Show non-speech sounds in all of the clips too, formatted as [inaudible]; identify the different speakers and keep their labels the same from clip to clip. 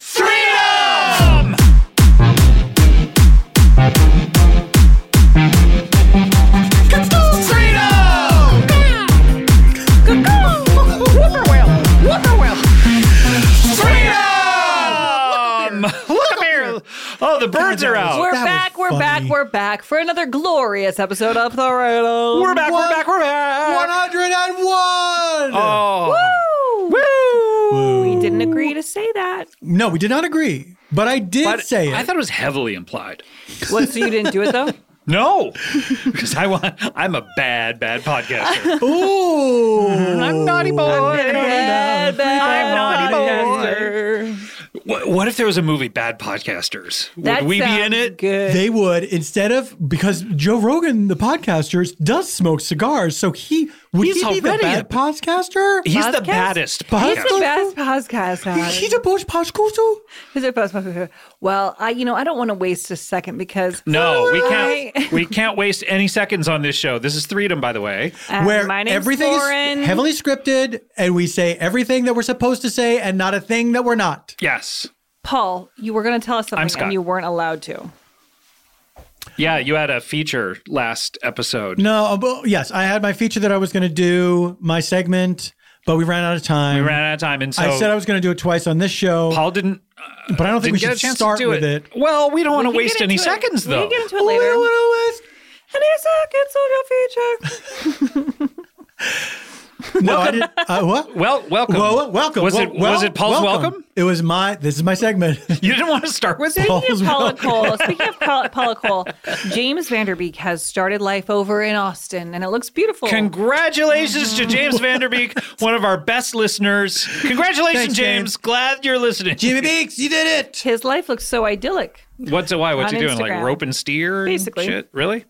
Speaker 1: Freedom! Look up here! Oh, the birds are out.
Speaker 2: We're
Speaker 3: That was
Speaker 2: back, we're back,
Speaker 3: funny.
Speaker 2: we're back for another glorious episode of The Riddle.
Speaker 3: We're back,
Speaker 2: What?
Speaker 3: we're back, we're back.
Speaker 2: 101!
Speaker 3: Oh.
Speaker 2: Woo! We didn't agree to say that.
Speaker 3: No, we did not agree, but I did
Speaker 4: But
Speaker 3: say it.
Speaker 4: I thought it was heavily implied.
Speaker 2: What, so you didn't do it though?
Speaker 4: No, [laughs] because I want. I'm a bad, bad podcaster.
Speaker 3: [laughs] Ooh.
Speaker 4: I'm naughty boy.
Speaker 2: Bad, [laughs] bad podcaster.
Speaker 4: What, what if there was a movie, Bad Podcasters? Would
Speaker 2: That
Speaker 4: we be
Speaker 2: sounds
Speaker 4: in it?
Speaker 2: Good.
Speaker 3: They would instead of because Joe Rogan, the podcaster, does smoke cigars, so he would
Speaker 4: He's
Speaker 3: he be the
Speaker 4: already
Speaker 3: bad
Speaker 4: a-
Speaker 3: podcaster?
Speaker 4: He's the
Speaker 2: Podcast?
Speaker 4: baddest
Speaker 2: He's the
Speaker 4: podcaster.
Speaker 2: best podcast.
Speaker 3: He- He's a Bush podcaster.
Speaker 2: Is it best podcast? Well, I, you know, I don't want to waste a second because
Speaker 4: No, we
Speaker 2: I- [laughs]
Speaker 4: can't. We can't waste any seconds on this show. This is Freedom, by the way.
Speaker 2: Uh,
Speaker 3: Where
Speaker 2: my name's
Speaker 3: everything
Speaker 2: Lauren.
Speaker 3: is heavily scripted, and we say everything that we're supposed to say, and not a thing that we're not.
Speaker 4: Yes.
Speaker 2: Paul, you were going to tell us something
Speaker 4: Scott.
Speaker 2: and you weren't allowed to.
Speaker 4: Yeah, you had a feature last episode.
Speaker 3: No, uh, but- yes, I had my feature that I was going to do my segment, but we ran out of time.
Speaker 4: We ran out of time, and so
Speaker 3: I said I was going to do it twice on this show,
Speaker 4: Paul didn't.
Speaker 3: but I don't
Speaker 4: Didn't
Speaker 3: think we
Speaker 4: get a
Speaker 3: should
Speaker 4: chance
Speaker 3: start
Speaker 4: to do
Speaker 3: with it.
Speaker 4: Well, we don't want to
Speaker 2: We can
Speaker 4: waste
Speaker 2: get
Speaker 4: any
Speaker 2: into it.
Speaker 4: seconds,
Speaker 2: We
Speaker 4: though.
Speaker 2: can get into it later. And it's a good social feature.
Speaker 3: No, I didn't. Uh, what?
Speaker 4: Well, welcome.
Speaker 3: Whoa, whoa, welcome.
Speaker 4: Was
Speaker 3: Whoa,
Speaker 4: it
Speaker 3: well,
Speaker 4: was it Paul's welcome?
Speaker 3: It was my. This is
Speaker 4: [laughs]
Speaker 3: my segment.
Speaker 4: You didn't want to start with it.
Speaker 2: Speaking
Speaker 3: Paul's
Speaker 2: of Paula
Speaker 3: welcome.
Speaker 2: Cole, speaking of Paula, Paula Cole, James Vanderbeek has started life over in Austin, and it looks beautiful.
Speaker 4: Congratulations to James Vanderbeek, one of our best listeners. Congratulations,
Speaker 3: Thanks,
Speaker 4: James.
Speaker 3: James.
Speaker 4: Glad you're listening.
Speaker 3: Jimmy Beaks, you did it.
Speaker 2: His life looks so idyllic.
Speaker 4: What's it? Why? What's he
Speaker 2: On
Speaker 4: doing? Like
Speaker 2: Instagram.
Speaker 4: rope and steer? and
Speaker 2: Basically.
Speaker 4: Shit. Really?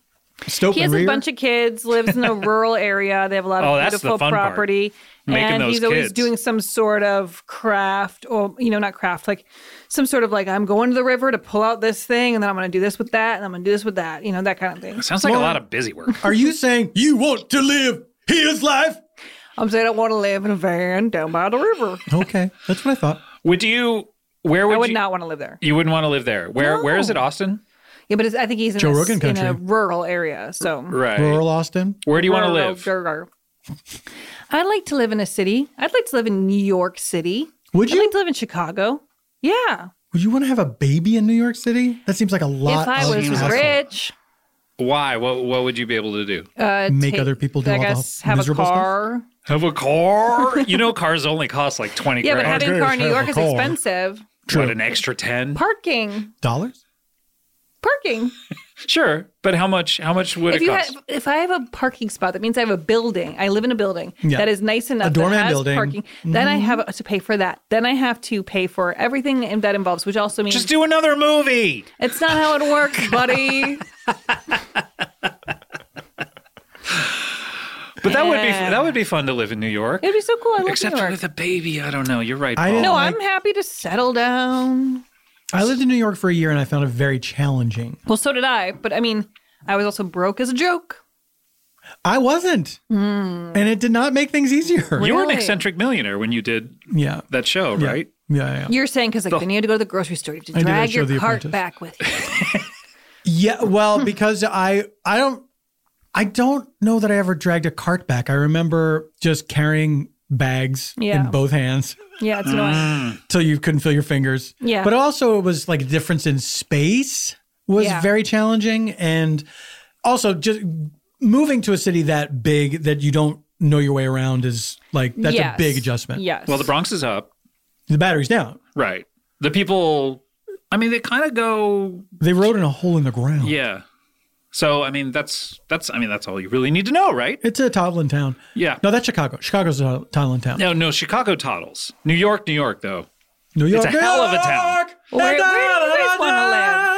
Speaker 3: Stope
Speaker 2: He has
Speaker 3: and
Speaker 2: a
Speaker 3: Rear.
Speaker 2: bunch of kids, lives in a rural area. They have a lot
Speaker 4: [laughs]
Speaker 2: of
Speaker 4: Oh, that's the
Speaker 2: beautiful
Speaker 4: fun part.
Speaker 2: property.
Speaker 4: Making
Speaker 2: and
Speaker 4: those
Speaker 2: he's always
Speaker 4: kids.
Speaker 2: doing some sort of craft, or, you know, not craft, like some sort of like, I'm going to the river to pull out this thing, and then I'm going to do this with that, and I'm going to do this with that, you know, that kind of thing.
Speaker 4: Sounds like a
Speaker 3: Well-
Speaker 4: lot of busy work.
Speaker 3: Are you saying you want to live his life?
Speaker 2: I'm saying I want to live in a van down by the river.
Speaker 3: Okay, that's what I thought.
Speaker 4: Would you? Where would,
Speaker 2: I would
Speaker 4: you?
Speaker 2: not want to live there.
Speaker 4: You wouldn't want to live there. Where? Where is it? Austin.
Speaker 2: Yeah, but it's, I think he's in,
Speaker 3: Joe
Speaker 2: a, in
Speaker 3: Rogan
Speaker 2: a
Speaker 3: country.
Speaker 2: rural area. So
Speaker 4: Right.
Speaker 3: [laughs] Rural Austin.
Speaker 4: Where do you want to
Speaker 2: Rural,
Speaker 4: live?
Speaker 2: rural. I'd like to live in a city. I'd like to live in New York City.
Speaker 3: Would
Speaker 2: I'd
Speaker 3: you?
Speaker 2: like to live in Chicago. Yeah,
Speaker 3: Would you want to have a baby in New York City? That seems like a lot.
Speaker 2: if I
Speaker 3: of
Speaker 2: was
Speaker 3: hassle.
Speaker 2: rich,
Speaker 4: Why? What? What would you be able to do?
Speaker 2: uh,
Speaker 3: Make
Speaker 2: take-
Speaker 3: other people do
Speaker 2: I
Speaker 3: all the
Speaker 2: guess have a
Speaker 3: miserable stuff?
Speaker 2: car.
Speaker 4: Have a car? [laughs] you know, cars only cost like twenty
Speaker 2: Yeah, but
Speaker 4: grand.
Speaker 2: having a
Speaker 3: great
Speaker 2: car
Speaker 3: if
Speaker 2: in New
Speaker 3: I
Speaker 2: York
Speaker 3: have a
Speaker 2: is
Speaker 3: car.
Speaker 2: expensive.
Speaker 4: What an extra ten.
Speaker 2: Parking,
Speaker 3: dollars.
Speaker 2: parking.
Speaker 4: Sure, but how much? How much would
Speaker 2: if
Speaker 4: it
Speaker 2: you
Speaker 4: cost?
Speaker 2: have, if I have a parking spot, that means I have a building. I live in a building
Speaker 3: Yeah.
Speaker 2: that is nice enough.
Speaker 3: A doorman
Speaker 2: that has
Speaker 3: building. Mm-hmm.
Speaker 2: Parking. Then I have to pay for that. Then I have to pay for everything that involves, which also means
Speaker 4: Just do another movie.
Speaker 2: it's not how it
Speaker 4: [laughs]
Speaker 2: works, buddy.
Speaker 4: But that would be
Speaker 2: Yeah.
Speaker 4: that would be fun to live in New York.
Speaker 2: It'd be so cool. I love
Speaker 4: Except
Speaker 2: New York.
Speaker 4: with a baby, I don't know. You're right.
Speaker 3: I
Speaker 4: Paul.
Speaker 3: didn't-
Speaker 2: no,
Speaker 3: like-
Speaker 2: I'm happy to settle down.
Speaker 3: I lived in New York for a year and I found it very challenging.
Speaker 2: Well, so did I, but I mean, I was also broke as a joke.
Speaker 3: I wasn't.
Speaker 2: Hmm.
Speaker 3: And it did not make things easier.
Speaker 4: you were an
Speaker 2: Really?
Speaker 4: eccentric millionaire when you did
Speaker 3: Yeah.
Speaker 4: that show,
Speaker 3: Yeah.
Speaker 4: right?
Speaker 3: Yeah, yeah.
Speaker 2: You're saying because like then you had to go to the grocery store, you had
Speaker 3: I
Speaker 2: to
Speaker 3: did, I
Speaker 2: drag your
Speaker 3: showed The
Speaker 2: cart
Speaker 3: Apprentice.
Speaker 2: back with you.
Speaker 3: Yeah,
Speaker 2: Hmm.
Speaker 3: well, because I I don't I don't know that I ever dragged a cart back. I remember just carrying bags
Speaker 2: Yeah.
Speaker 3: in both hands
Speaker 2: Yeah, it's annoying.
Speaker 3: till you couldn't feel your fingers.
Speaker 2: Yeah.
Speaker 3: But also, it was like a difference in space was
Speaker 2: Yeah.
Speaker 3: very challenging, and also just moving to a city that big that you don't know your way around is like that's
Speaker 2: Yes.
Speaker 3: a big adjustment.
Speaker 2: Yes.
Speaker 4: Well, the Bronx is up.
Speaker 3: The battery's down.
Speaker 4: Right. The people, I mean, they kind of go,
Speaker 3: They rode in a hole in the ground.
Speaker 4: yeah. So, I mean, that's, that's, I mean, that's all you really need to know, right?
Speaker 3: It's a toddling town.
Speaker 4: Yeah.
Speaker 3: No, that's Chicago. Chicago's a toddling town.
Speaker 4: No, no, Chicago toddles. New York, New York, though.
Speaker 3: New York.
Speaker 4: a hell of a town.
Speaker 2: where, where do you guys want to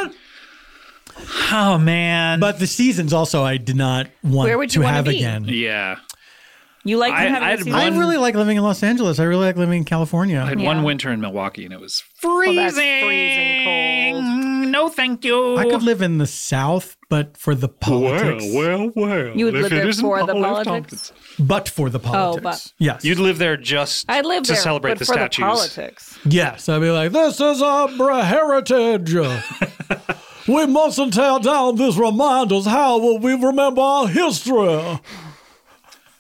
Speaker 2: live?
Speaker 4: Oh, man.
Speaker 3: But the seasons also I did not want
Speaker 2: Where would you
Speaker 3: to
Speaker 2: wanna
Speaker 3: have
Speaker 2: be?
Speaker 3: again.
Speaker 4: yeah.
Speaker 2: You like
Speaker 4: I-
Speaker 2: them having
Speaker 4: I
Speaker 2: a
Speaker 4: had
Speaker 2: season?
Speaker 3: I
Speaker 4: one-
Speaker 3: really like living in Los Angeles. I really like living in California.
Speaker 4: I had
Speaker 2: Yeah.
Speaker 4: one winter in Milwaukee and it was
Speaker 2: Well,
Speaker 4: freezing.
Speaker 2: that's freezing cold.
Speaker 4: No, thank you.
Speaker 3: I could live in the South, but for the politics.
Speaker 4: well, well.
Speaker 2: You would If live it there isn't for the Paul F. politics? Tompkins.
Speaker 3: But for the
Speaker 2: Oh,
Speaker 3: politics.
Speaker 2: but-
Speaker 3: Yes.
Speaker 4: You'd live there just
Speaker 2: I live
Speaker 4: to
Speaker 2: there,
Speaker 4: celebrate
Speaker 2: but
Speaker 4: the
Speaker 2: for
Speaker 4: statues.
Speaker 2: the politics.
Speaker 3: yes. I'd be like, this is
Speaker 4: [laughs]
Speaker 3: Abra heritage. we mustn't tear down these reminders. How will we remember our history?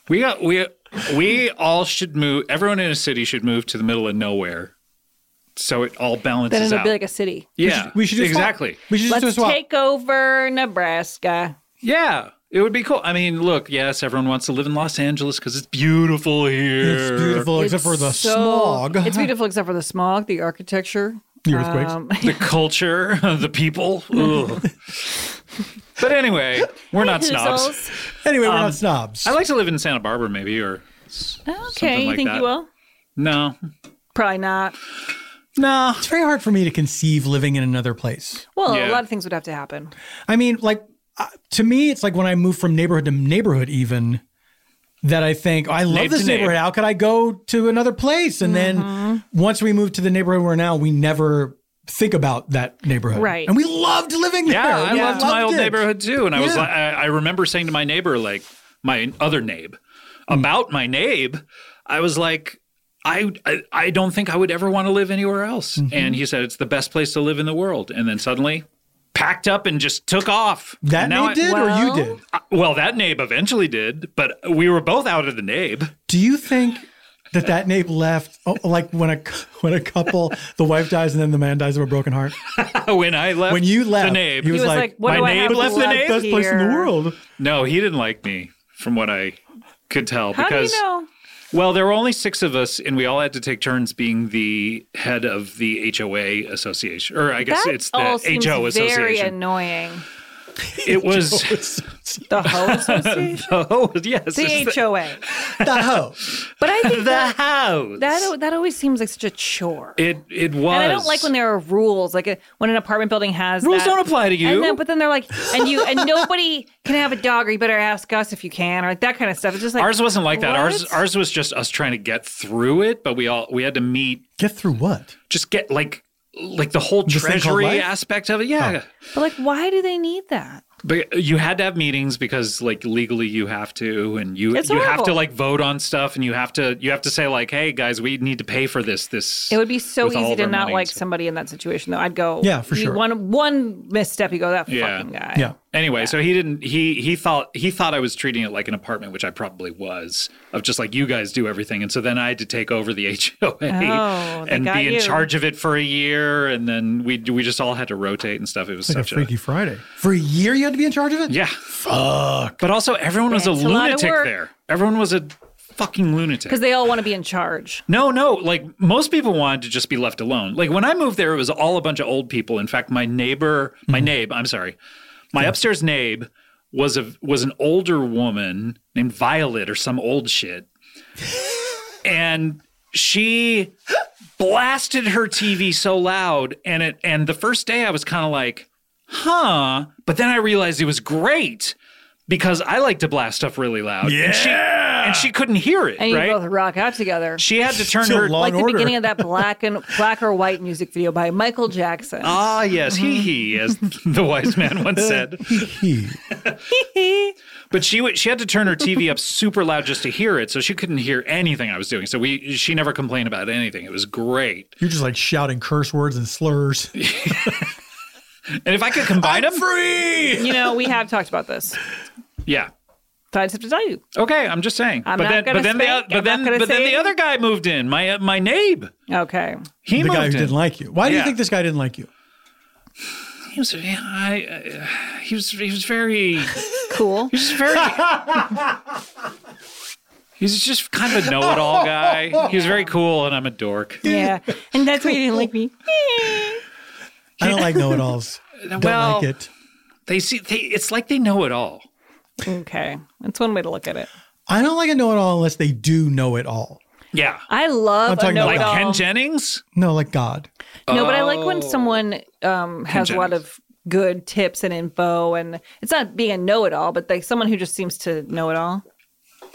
Speaker 4: We got we we all should move. Everyone in a city should move to the middle of nowhere, so it all
Speaker 2: Then
Speaker 4: balances
Speaker 2: it'll
Speaker 4: out.
Speaker 2: be like a city.
Speaker 4: yeah,
Speaker 3: We should do a swap.
Speaker 4: exactly.
Speaker 3: We should just do a
Speaker 2: Let's
Speaker 3: swap.
Speaker 2: take over Nebraska.
Speaker 4: Yeah, it would be cool. I mean, look, yes, everyone wants to live in Los Angeles because it's beautiful here.
Speaker 3: it's beautiful, except for the
Speaker 2: so-
Speaker 3: smog.
Speaker 2: It's beautiful except for the smog, the architecture.
Speaker 3: The earthquakes.
Speaker 2: Um,
Speaker 4: The culture, the people. Ugh. but anyway, we're
Speaker 2: [laughs]
Speaker 4: not snobs.
Speaker 2: Hoozles.
Speaker 3: anyway, we're
Speaker 2: um,
Speaker 3: not snobs.
Speaker 4: I like to live in Santa Barbara, maybe, or
Speaker 2: Okay, you
Speaker 4: like
Speaker 2: think
Speaker 4: that.
Speaker 2: you will?
Speaker 4: no,
Speaker 2: Probably not.
Speaker 4: no.
Speaker 3: it's very hard for me to conceive living in another place.
Speaker 2: Well,
Speaker 4: Yeah.
Speaker 2: a lot of things would have to happen.
Speaker 3: I mean, like uh, to me, it's like when I move from neighborhood to neighborhood, even that I think I love
Speaker 4: Neighbor
Speaker 3: this
Speaker 4: to neighbor.
Speaker 3: neighborhood. How could I go to another place? And then
Speaker 2: Mm-hmm.
Speaker 3: once we move to the neighborhood we're now, we never think about that neighborhood,
Speaker 2: Right.
Speaker 3: And we loved living there.
Speaker 4: Yeah, I
Speaker 3: We
Speaker 4: loved my old
Speaker 3: it.
Speaker 4: neighborhood too, and I was
Speaker 3: Yeah.
Speaker 4: like, I, I remember saying to my neighbor, like my other neighbor, about my neighbor, I was like, I, I I don't think I would ever want to live anywhere else.
Speaker 3: Mm-hmm.
Speaker 4: And he said it's the best place to live in the world. And then suddenly, packed up and just took off.
Speaker 3: That
Speaker 4: And now
Speaker 3: they
Speaker 4: I-
Speaker 3: did,
Speaker 2: Well-
Speaker 3: or you did?
Speaker 4: I- well, that nabe eventually did, but we were both out of the nabe.
Speaker 3: Do you think? That that nape left, oh, like when a when a couple, the wife dies and then the man dies of a broken heart.
Speaker 4: [laughs] when I left,
Speaker 3: When you left,
Speaker 4: the nabe,
Speaker 3: he was,
Speaker 2: was
Speaker 3: like,
Speaker 2: like, "What
Speaker 4: My
Speaker 2: do I
Speaker 4: name
Speaker 2: have
Speaker 4: [laughs] left
Speaker 2: left
Speaker 4: the name?
Speaker 3: "That's best place in the
Speaker 2: here?"
Speaker 3: world."
Speaker 4: no, he didn't like me, from what I could tell.
Speaker 2: How
Speaker 4: because
Speaker 2: do you know?
Speaker 4: Well, there were only six of us, and we all had to take turns being the head of the HOA association, or I guess
Speaker 2: That
Speaker 4: it's the
Speaker 2: all seems
Speaker 4: HO
Speaker 2: very
Speaker 4: association.
Speaker 2: annoying.
Speaker 4: it
Speaker 3: [laughs]
Speaker 4: was
Speaker 2: The hoe association,
Speaker 4: [laughs] oh yes, it's
Speaker 2: [laughs]
Speaker 4: [laughs]
Speaker 2: the HOA.
Speaker 3: The hoe.
Speaker 2: But I
Speaker 4: the,
Speaker 2: think
Speaker 4: the house.
Speaker 2: that that always seems like such a chore.
Speaker 4: it it was.
Speaker 2: And I don't like when there are rules, like uh, when an apartment building has
Speaker 4: Rules
Speaker 2: that.
Speaker 4: don't apply to you.
Speaker 2: And then, but then they're like, and you and nobody can have a dog, or you better ask us if you can, or like that kind of stuff. It's just like
Speaker 4: ours wasn't like that. Ours
Speaker 2: what?
Speaker 4: ours was just us trying to get through it, but we all we had to meet,
Speaker 3: Get through what?
Speaker 4: just get like like the whole
Speaker 3: This thing called
Speaker 4: treasury
Speaker 3: life?
Speaker 4: aspect of it. Yeah.
Speaker 2: But like, why do they need that?
Speaker 4: But you had to have meetings because like legally you have to and you
Speaker 2: It's
Speaker 4: you have to
Speaker 2: horrible.
Speaker 4: like vote on stuff and you have to you have to say like hey guys we need to pay for this this
Speaker 2: It would be so
Speaker 4: with all
Speaker 2: easy
Speaker 4: of
Speaker 2: to
Speaker 4: our
Speaker 2: not
Speaker 4: money and
Speaker 2: like
Speaker 4: stuff.
Speaker 2: somebody in that situation, though. I'd go,
Speaker 3: Yeah, for
Speaker 2: you-
Speaker 3: sure.
Speaker 2: One one misstep, you go that
Speaker 4: Yeah.
Speaker 2: fucking guy.
Speaker 3: Yeah.
Speaker 4: Anyway, so he didn't he he thought he thought I was treating it like an apartment which I probably was of just like you guys do everything and so then I had to take over the [laughs] HOA
Speaker 2: Oh, they
Speaker 4: and
Speaker 2: got
Speaker 4: be in
Speaker 2: you.
Speaker 4: charge of it for a year and then we we just all had to rotate and stuff it was
Speaker 3: Like a
Speaker 4: such
Speaker 3: Freaky Friday. For a year, you had to be in charge of it.
Speaker 4: yeah fuck but also everyone was a
Speaker 2: That's a lot of
Speaker 4: lunatic
Speaker 2: work.
Speaker 4: there everyone was a fucking lunatic
Speaker 2: because they all want to be in charge.
Speaker 4: No, no. Like most people wanted to just be left alone. Like when I moved there, it was all a bunch of old people. In fact, my neighbor, my neighbor, I'm sorry, my upstairs neighbor was a was an older woman named Violet or some old shit, and she blasted her TV so loud, and it and the first day I was kind of like, huh, but then I realized it was great. Because I like to blast stuff really loud, yeah. and she and she couldn't hear it.
Speaker 2: And you
Speaker 4: right?
Speaker 2: both rock out together.
Speaker 4: She had to turn
Speaker 3: So
Speaker 4: her.
Speaker 3: long-
Speaker 2: like
Speaker 3: in
Speaker 2: the
Speaker 3: order.
Speaker 2: beginning
Speaker 3: [laughs]
Speaker 2: of that black and black or white music video by Michael Jackson.
Speaker 4: ah, yes, he he,
Speaker 3: [laughs]
Speaker 4: as the wise man
Speaker 3: Uh.
Speaker 4: once said.
Speaker 3: He-
Speaker 4: But she would. she had to turn her TV up super loud just to hear it, so she couldn't hear anything I was doing. So we she never complained about anything. It was great.
Speaker 3: You're just like shouting curse words
Speaker 4: [laughs]
Speaker 3: and slurs.
Speaker 4: And if I could combine them,
Speaker 3: free.
Speaker 2: you know, we have talked about this.
Speaker 4: yeah.
Speaker 2: I just have to tell you.
Speaker 4: Okay, I'm just saying.
Speaker 2: I'm
Speaker 4: but
Speaker 2: not
Speaker 4: then,
Speaker 2: gonna
Speaker 4: but then
Speaker 2: spank,
Speaker 4: the
Speaker 2: I'm
Speaker 4: but then,
Speaker 2: not gonna
Speaker 4: but then
Speaker 2: say-
Speaker 4: the other guy moved in. My uh, my nabe.
Speaker 2: Okay.
Speaker 4: He
Speaker 3: the
Speaker 4: moved
Speaker 3: guy
Speaker 4: in.
Speaker 3: who didn't like you. Why do you
Speaker 4: Yeah.
Speaker 3: think this guy didn't like you?
Speaker 4: He was, yeah, I, uh, he was, he was very, he
Speaker 2: Cool.
Speaker 4: was
Speaker 3: [laughs]
Speaker 4: very. He's just kind of a know-it-all guy. He was very cool, and I'm a dork.
Speaker 2: yeah.
Speaker 3: [laughs]
Speaker 2: And that's why you didn't like me.
Speaker 3: I don't like know-it-alls.
Speaker 4: [laughs]
Speaker 3: Don't
Speaker 4: Well-
Speaker 3: like it.
Speaker 4: They see, they, it's like they know it all.
Speaker 2: Okay. That's one way to look at it.
Speaker 3: I don't like a know-it-all unless they do know it all.
Speaker 4: Yeah,
Speaker 2: I love
Speaker 3: I'm
Speaker 2: a
Speaker 3: talking about
Speaker 2: know
Speaker 4: like
Speaker 2: it all.
Speaker 4: Ken Jennings.
Speaker 3: No, like God.
Speaker 2: No, but I like
Speaker 3: Oh.
Speaker 2: when someone um, has a lot
Speaker 4: Jennings.
Speaker 2: of good tips and info, and it's not being a know-it-all, but like someone who just seems to know it all. [laughs]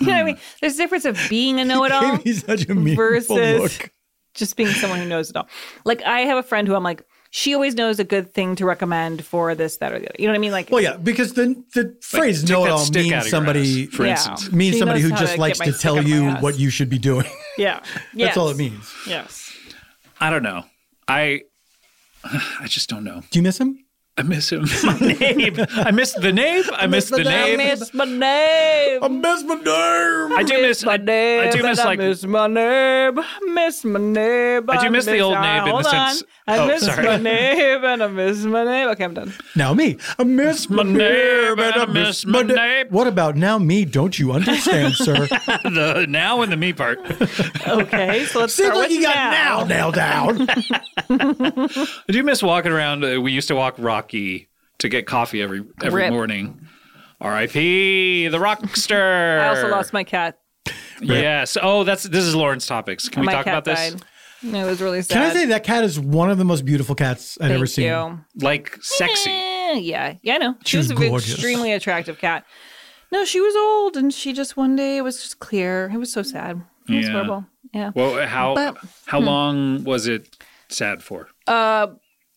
Speaker 2: you know what I mean? There's a difference of being a
Speaker 3: [laughs]
Speaker 2: know-it-all
Speaker 3: He's such a meaningful
Speaker 2: versus
Speaker 3: look.
Speaker 2: just being someone who knows it all. Like I have a friend who I'm like, she always knows a good thing to recommend for this, that, or the other. You know what I mean? Like,
Speaker 3: Well, yeah, because the the phrase
Speaker 4: take that
Speaker 3: know-it-all
Speaker 4: stick out of
Speaker 3: means
Speaker 4: your
Speaker 3: somebody
Speaker 4: ass, for
Speaker 2: Yeah.
Speaker 4: instance.
Speaker 3: means
Speaker 2: She
Speaker 3: somebody
Speaker 2: knows
Speaker 3: who
Speaker 2: how
Speaker 3: just
Speaker 2: to
Speaker 3: likes
Speaker 2: get my
Speaker 3: to
Speaker 2: stick
Speaker 3: tell
Speaker 2: up my
Speaker 3: you
Speaker 2: ass.
Speaker 3: what you should
Speaker 2: [laughs]
Speaker 3: be doing.
Speaker 2: yeah,
Speaker 3: That's
Speaker 2: Yes.
Speaker 3: all it means.
Speaker 2: Yes.
Speaker 4: I don't know. I, [sighs] I just don't know.
Speaker 3: Do you miss him?
Speaker 4: I miss him. [laughs] My nabe. I miss the nabe. I miss the
Speaker 2: I
Speaker 4: nabe.
Speaker 2: miss my name.
Speaker 3: I miss my name.
Speaker 4: I do miss. I,
Speaker 2: my
Speaker 4: I
Speaker 2: name.
Speaker 4: do miss
Speaker 2: and
Speaker 4: like
Speaker 2: I miss my name. Miss my name.
Speaker 4: I do miss the old name in the
Speaker 2: Hold on.
Speaker 4: sense-
Speaker 2: I
Speaker 4: Oh,
Speaker 2: miss
Speaker 4: sorry.
Speaker 2: my name and I miss my name. Okay, I'm done.
Speaker 3: Now me. I miss
Speaker 4: my
Speaker 3: my name.
Speaker 4: name,
Speaker 3: and I miss my name. What about now me? Don't you understand,
Speaker 2: [laughs]
Speaker 3: sir?
Speaker 4: the now and the me part.
Speaker 2: Okay, so let's
Speaker 3: Seems
Speaker 2: start
Speaker 3: like
Speaker 2: with
Speaker 3: you got
Speaker 2: now.
Speaker 3: now
Speaker 2: [laughs]
Speaker 3: nailed down.
Speaker 4: I do miss walking around. Uh, we used to walk Rocky to get coffee every every
Speaker 2: Rip.
Speaker 4: morning. R.I.P. the Rockster.
Speaker 2: I also lost my cat.
Speaker 4: Yes. Oh, that's this is Lauren's topics. Can we
Speaker 2: my
Speaker 4: talk
Speaker 2: cat
Speaker 4: about this?
Speaker 2: died. It was really sad.
Speaker 3: Can I say that cat is one of the most beautiful cats I've
Speaker 2: Thank
Speaker 3: ever seen?
Speaker 2: you.
Speaker 4: Like sexy.
Speaker 2: Eh, yeah, yeah, I know. She,
Speaker 3: She
Speaker 2: was,
Speaker 3: was
Speaker 2: an
Speaker 3: gorgeous.
Speaker 2: extremely attractive cat. No, she was old, and she just one day it was just clear. It was so sad. It was
Speaker 4: Yeah.
Speaker 2: horrible. Yeah.
Speaker 4: Well, how
Speaker 2: But- hmm.
Speaker 4: how long was it sad for?
Speaker 2: Uh,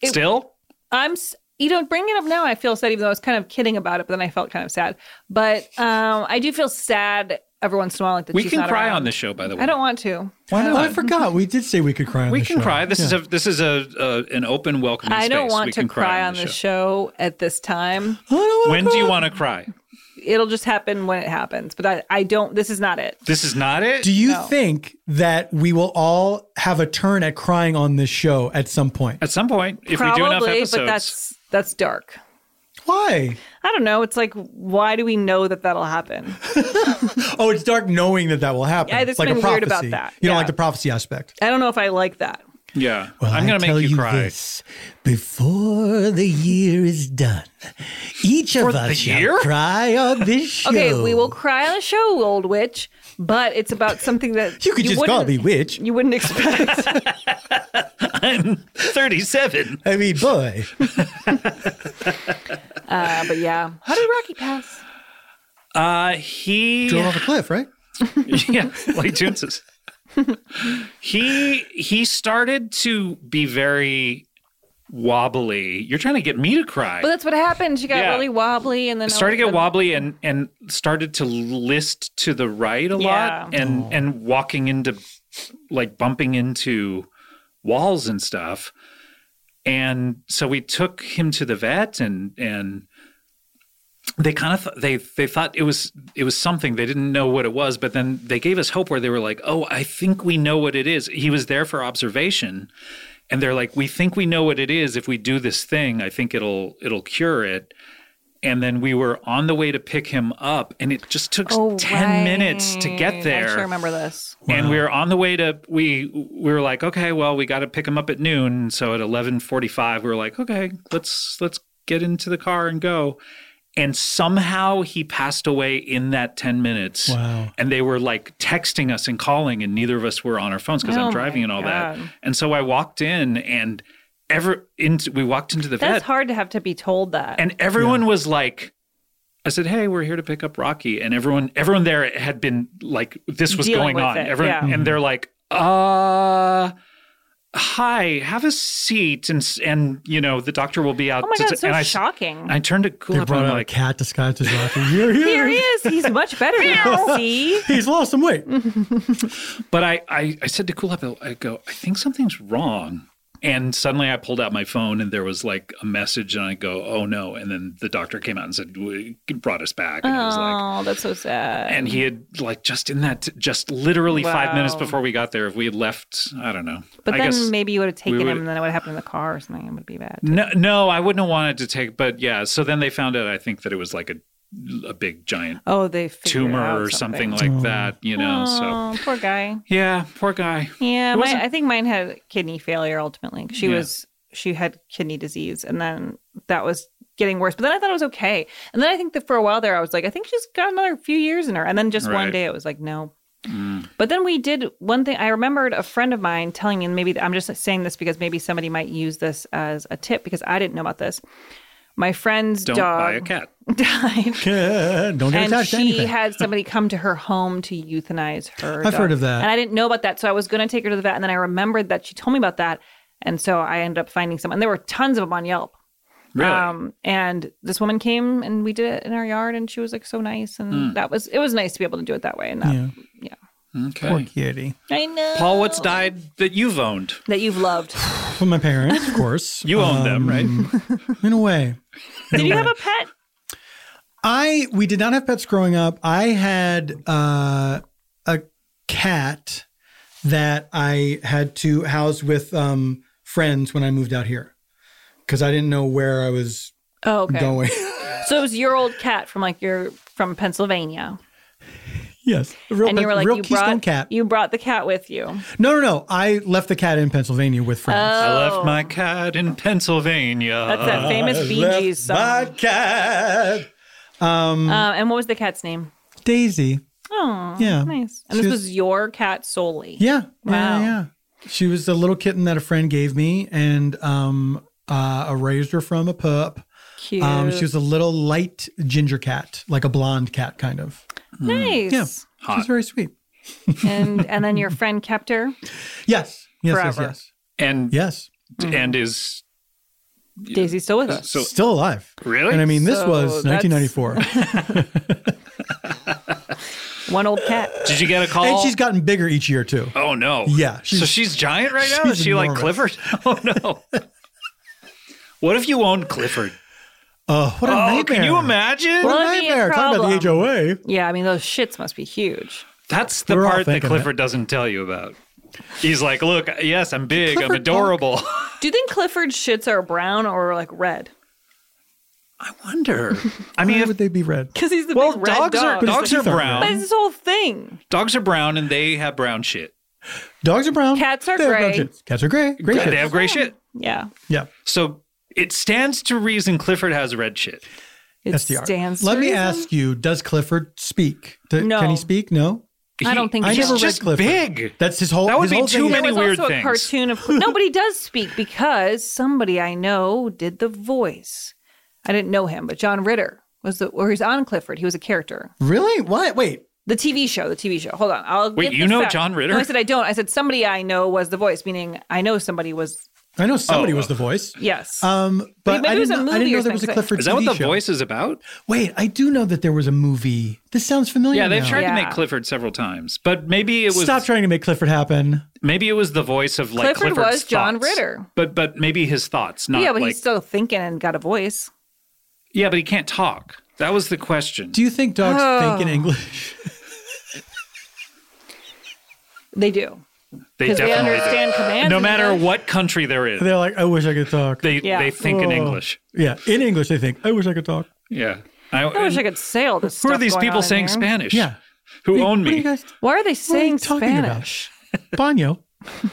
Speaker 2: It-
Speaker 4: Still.
Speaker 2: I'm, s- you know, bringing it up now, I feel sad, even though I was kind of kidding about it, but then I felt kind of sad. But um, I do feel sad every once in a while, like that.
Speaker 4: We
Speaker 2: she's
Speaker 4: can
Speaker 2: not
Speaker 4: cry
Speaker 2: around.
Speaker 4: on this show, by the way.
Speaker 2: I don't want to.
Speaker 3: Why not? Oh, I forgot. We did say we could cry on
Speaker 4: we
Speaker 3: the
Speaker 4: can
Speaker 3: show.
Speaker 4: cry. This is a this is a, a an open welcoming
Speaker 2: I don't
Speaker 4: space.
Speaker 2: want
Speaker 4: we
Speaker 2: to
Speaker 4: can
Speaker 2: cry, on the show. at this time.
Speaker 3: I don't wanna
Speaker 4: When do you
Speaker 3: cry.
Speaker 4: want to cry?
Speaker 2: It'll just happen when it happens. But I, I don't. This is not it.
Speaker 4: This is not it.
Speaker 3: Do you
Speaker 2: No.
Speaker 3: think that we will all have a turn at crying on this show at some point?
Speaker 4: At some point, if
Speaker 2: Probably,
Speaker 4: we do enough episodes,
Speaker 2: but that's that's dark.
Speaker 3: Why?
Speaker 2: I don't know. It's like, why do we know that that'll happen?
Speaker 3: Oh, it's dark knowing that that will happen.
Speaker 2: Yeah,
Speaker 3: It's
Speaker 2: that's
Speaker 3: like a
Speaker 2: been
Speaker 3: prophecy.
Speaker 2: weird about that.
Speaker 3: You don't
Speaker 2: Yeah.
Speaker 3: like the prophecy aspect.
Speaker 2: I don't know if I like that.
Speaker 4: yeah. I'm gonna
Speaker 3: tell
Speaker 4: make you cry.
Speaker 3: This, before the year is done, each of us shall
Speaker 4: year?
Speaker 3: cry on this
Speaker 2: [laughs]
Speaker 3: show.
Speaker 2: Okay, we will cry on a show, old witch, but it's about something that
Speaker 3: You could just call
Speaker 2: wouldn't-
Speaker 3: me witch.
Speaker 2: You wouldn't expect.
Speaker 4: I'm 37.
Speaker 3: I mean, boy.
Speaker 2: Uh, but yeah, how did Rocky pass?
Speaker 4: Uh, [laughs] he
Speaker 3: Drove off a cliff, right?
Speaker 4: [laughs] yeah, like Junces. he he started to be very wobbly. You're trying to get me to cry.
Speaker 2: Well, that's what happened. She got
Speaker 4: Yeah.
Speaker 2: really wobbly, and then
Speaker 4: started to get wobbly and and started to list to the right a
Speaker 2: Yeah.
Speaker 4: lot and and walking into like bumping into walls and stuff and so we took him to the vet and and they kind of th- they they thought it was it was something they didn't know what it was but then they gave us hope where they were like oh i think we know what it is he was there for observation and they're like we think we know what it is if we do this thing i think it'll it'll cure it and then we were on the way to pick him up and it just took 10 minutes to get there
Speaker 2: Oh, I actually remember this.
Speaker 4: and we were on the way to we we were like okay well we got to pick him up at noon so at 11:45 we were like okay let's let's get into the car and go and somehow he passed away in that 10 minutes
Speaker 3: Wow.
Speaker 4: and they were like texting us and calling and neither of us were on our phones because
Speaker 2: Oh
Speaker 4: i'm driving
Speaker 2: my
Speaker 4: and all
Speaker 2: God.
Speaker 4: that and so i walked in and ever into we walked into the vet
Speaker 2: That's hard to have to be told that.
Speaker 4: and everyone was like I said, "Hey, we're here to pick up Rocky," and everyone, everyone there had been like, "This was
Speaker 2: Dealing
Speaker 4: going
Speaker 2: with
Speaker 4: on."
Speaker 2: it,
Speaker 4: everyone,
Speaker 2: yeah.
Speaker 4: and they're like, "Uh, hi, have a seat," and s- and you know, the doctor will be out.
Speaker 2: oh my
Speaker 4: to-
Speaker 2: god, it's so
Speaker 4: and I s-
Speaker 2: shocking.
Speaker 4: I turned to
Speaker 3: They
Speaker 4: Cool
Speaker 3: brought
Speaker 4: and
Speaker 3: out
Speaker 4: I'm
Speaker 3: a
Speaker 4: like,
Speaker 3: cat disguised as
Speaker 2: [laughs]
Speaker 3: Rocky. You're here.
Speaker 4: [laughs]
Speaker 2: Here he is. He's much better now. See,
Speaker 3: He's lost
Speaker 2: [laughs]
Speaker 3: some weight.
Speaker 4: but I, I, I said to Cool I go, I think something's wrong. And suddenly I pulled out my phone and there was like a message, and I go, oh no. And then the doctor came out and said, "We- brought us back. And I was like,
Speaker 2: Oh, that's so sad.
Speaker 4: and he had like just in that just literally five
Speaker 2: Wow.
Speaker 4: minutes before we got there if we had left i don't know
Speaker 2: But
Speaker 4: i
Speaker 2: then
Speaker 4: guess
Speaker 2: maybe you would have taken
Speaker 4: would-
Speaker 2: him, and then it would have happened in the car or something. It would be bad.
Speaker 4: no, no i wouldn't have wanted to take but yeah so then they found out i think that it was like a a big giant
Speaker 2: Oh, they figured out
Speaker 4: tumor or something like
Speaker 3: Oh.
Speaker 4: that you know so
Speaker 2: Oh, poor guy.
Speaker 4: yeah poor guy
Speaker 2: Yeah,
Speaker 4: It
Speaker 2: my,
Speaker 4: wasn't-
Speaker 2: I think mine had kidney failure ultimately. She
Speaker 4: Yeah.
Speaker 2: was she had kidney disease, and then that was getting worse. But then I thought it was okay, and then I think that for a while there, I was like, I think she's got another few years in her, and then just one
Speaker 4: Right. Mm.
Speaker 2: day it was like, no. But then we did one thing. I remembered a friend of mine telling me, and maybe I'm just saying this because maybe somebody might use this as a tip because I didn't know about this. My friend's
Speaker 4: don't
Speaker 2: dog
Speaker 4: buy a cat
Speaker 2: [laughs] died,
Speaker 3: Don't get
Speaker 2: and
Speaker 3: attached to
Speaker 2: she
Speaker 3: anything.
Speaker 2: had somebody come to her home to euthanize her.
Speaker 3: I've
Speaker 2: dog.
Speaker 3: heard of that.
Speaker 2: and I didn't know about that, so I was going to take her to the vet, and then I remembered that she told me about that, and so I ended up finding some. And there were tons of them on Yelp.
Speaker 4: really
Speaker 2: Um, and this woman came and we did it in our yard, and she was like so nice, and that was it was nice to be able to do it that way. And that,
Speaker 3: Yeah.
Speaker 4: okay
Speaker 3: Poor kitty.
Speaker 2: I know
Speaker 4: paul what's died that you've owned
Speaker 2: that you've
Speaker 3: [laughs]
Speaker 2: loved.
Speaker 3: From my parents, of
Speaker 4: [laughs]
Speaker 3: course. Um,
Speaker 4: you own them right
Speaker 3: In a way.
Speaker 2: did you have a pet?
Speaker 3: I we did not have pets growing up. I had uh, a cat that I had to house with um, friends when I moved out here because I didn't know where I was
Speaker 2: Oh, okay.
Speaker 3: going. [laughs]
Speaker 2: So it was your old cat from like your from Pennsylvania,
Speaker 3: yes, a real,
Speaker 2: and you
Speaker 3: pet-
Speaker 2: were like
Speaker 3: real
Speaker 2: you
Speaker 3: Keystone
Speaker 2: brought
Speaker 3: cat.
Speaker 2: you brought the cat with you.
Speaker 3: no, no, no. I left the cat in Pennsylvania with friends.
Speaker 4: i left my cat in pennsylvania
Speaker 2: Oh. That's that famous Bee Gees song.
Speaker 3: my cat,
Speaker 2: Uh, and what was the cat's name?
Speaker 3: Daisy.
Speaker 2: Oh,
Speaker 3: Mm-hmm. Yeah.
Speaker 2: nice. And
Speaker 3: She
Speaker 2: this
Speaker 3: was-
Speaker 2: was your cat solely.
Speaker 3: Yeah.
Speaker 2: Wow.
Speaker 3: Yeah, yeah. She was a little kitten that a friend gave me and um uh I raised her from a pup.
Speaker 2: Cute.
Speaker 3: Um she was a little light ginger cat, like a blonde cat kind of. Yeah.
Speaker 2: nice.
Speaker 3: She was very sweet. [laughs]
Speaker 2: and and then your friend kept her.
Speaker 3: Yes. Yes, yes,
Speaker 2: Forever.
Speaker 3: yes.
Speaker 4: and
Speaker 3: Yes.
Speaker 4: and is
Speaker 2: Daisy's still with us.
Speaker 4: so
Speaker 3: Still alive.
Speaker 4: really
Speaker 3: And I mean this
Speaker 2: So
Speaker 3: was
Speaker 2: that's-
Speaker 4: [laughs]
Speaker 3: 1994.
Speaker 2: One old cat.
Speaker 4: did you get a call
Speaker 3: and she's gotten bigger each year too.
Speaker 4: Oh no!
Speaker 3: Yeah,
Speaker 4: so
Speaker 3: she's-
Speaker 4: she's giant right now. Is
Speaker 3: she's
Speaker 4: she like
Speaker 3: enormous.
Speaker 4: Clifford?
Speaker 3: [laughs]
Speaker 4: Oh no! what if you owned Clifford?
Speaker 3: Uh what a
Speaker 4: Oh,
Speaker 3: nightmare.
Speaker 4: can you imagine?
Speaker 2: Well,
Speaker 3: What a
Speaker 2: That'd be a
Speaker 3: nightmare. Talk about the HOA.
Speaker 2: Yeah, I mean those shits must be huge.
Speaker 4: That's the
Speaker 3: We're all
Speaker 4: part that
Speaker 3: thinking it.
Speaker 4: Clifford doesn't tell you about. He's like, look, yes, I'm big, I'm
Speaker 3: Clifford
Speaker 4: adorable.
Speaker 3: [laughs]
Speaker 2: Do you think Clifford's shits are brown or like red?
Speaker 4: I [laughs] wonder. I mean,
Speaker 3: Why
Speaker 4: if,
Speaker 3: would they be red?
Speaker 2: Because he's the
Speaker 4: well,
Speaker 2: big red
Speaker 4: dogs are
Speaker 2: dog.
Speaker 3: his
Speaker 4: dogs are
Speaker 3: teeth aren't
Speaker 2: But it's
Speaker 4: brown.
Speaker 2: this whole thing.
Speaker 4: Dogs are brown, and they have brown shit.
Speaker 3: Dogs are brown.
Speaker 2: Cats are
Speaker 3: They have brown
Speaker 2: gray.
Speaker 3: shits. Cats are gray. Gray
Speaker 4: They
Speaker 3: shits.
Speaker 4: have gray shit.
Speaker 2: Yeah.
Speaker 3: Yeah.
Speaker 4: So it stands to reason Clifford has red shit.
Speaker 2: It
Speaker 3: SDR.
Speaker 2: stands. to
Speaker 3: Let me
Speaker 2: reason.
Speaker 3: ask you: Does Clifford speak? Do-
Speaker 2: No.
Speaker 3: Can he speak? No.
Speaker 2: I don't think
Speaker 3: I
Speaker 2: so.
Speaker 3: never
Speaker 4: He's
Speaker 3: read
Speaker 4: just
Speaker 3: Clifford.
Speaker 4: big.
Speaker 3: That's his whole.
Speaker 4: That would
Speaker 3: his
Speaker 4: be
Speaker 3: whole
Speaker 4: too
Speaker 3: thing is-
Speaker 4: many-
Speaker 2: There was
Speaker 4: weird
Speaker 2: also
Speaker 4: things.
Speaker 2: a cartoon
Speaker 4: [laughs]
Speaker 2: of no, but he does speak because somebody I know did the voice. I didn't know him, but John Ritter was the or he's on Clifford. He was a character.
Speaker 3: Really? What? Wait.
Speaker 2: The TV show, the TV show. Hold on, I'll
Speaker 4: Wait,
Speaker 2: get
Speaker 4: you
Speaker 2: the
Speaker 4: know
Speaker 2: fact.
Speaker 4: John Ritter?
Speaker 2: No, I said I don't. I said somebody I know was the voice, meaning I know somebody was
Speaker 3: I know somebody
Speaker 4: Oh.
Speaker 3: was the voice.
Speaker 2: yes.
Speaker 4: Uh,
Speaker 3: Um, but
Speaker 2: maybe
Speaker 3: I
Speaker 2: it was
Speaker 3: didn't,
Speaker 2: a
Speaker 3: know, I
Speaker 2: movie
Speaker 3: didn't know
Speaker 2: or
Speaker 3: there was a
Speaker 2: something.
Speaker 3: Clifford
Speaker 4: Is that what
Speaker 3: TV
Speaker 4: the
Speaker 3: show.
Speaker 4: voice is about?
Speaker 3: Wait, I do know that there was a movie. This sounds familiar.
Speaker 4: Yeah, they've
Speaker 3: now.
Speaker 4: tried to make
Speaker 2: Yeah.
Speaker 4: Clifford several times, but maybe it was
Speaker 3: Stop trying to make Clifford happen.
Speaker 4: Maybe it was the voice of like
Speaker 2: Clifford
Speaker 4: Clifford's
Speaker 2: was John
Speaker 4: thoughts.
Speaker 2: Ritter.
Speaker 4: but but maybe his thoughts, not
Speaker 2: yeah, but
Speaker 4: like
Speaker 2: he's still thinking and got a voice.
Speaker 4: yeah, but he can't talk. That was the question.
Speaker 3: Do you think dogs
Speaker 2: Oh.
Speaker 3: think in English? [laughs]
Speaker 2: They do
Speaker 4: they
Speaker 2: because they
Speaker 4: definitely
Speaker 2: understand
Speaker 4: do.
Speaker 2: commands.
Speaker 4: No
Speaker 2: and
Speaker 4: matter
Speaker 2: stuff.
Speaker 4: what country they're in,
Speaker 3: They're like, I wish I could talk.
Speaker 4: they
Speaker 2: Yeah.
Speaker 4: they think in
Speaker 3: Oh.
Speaker 4: English.
Speaker 3: yeah, in English they think, I wish I could talk.
Speaker 4: Yeah. I,
Speaker 2: I wish I could say all this.
Speaker 4: Who are
Speaker 2: stuff
Speaker 4: these
Speaker 2: going
Speaker 4: people
Speaker 2: on in
Speaker 4: saying
Speaker 2: here.
Speaker 4: Spanish?
Speaker 3: Yeah.
Speaker 4: Who
Speaker 3: What
Speaker 4: own
Speaker 3: are
Speaker 4: me?
Speaker 3: you
Speaker 4: You,
Speaker 3: guys
Speaker 2: Why are they
Speaker 3: what are
Speaker 2: saying
Speaker 3: you talking about?
Speaker 2: Spanish?
Speaker 3: [laughs] Bano.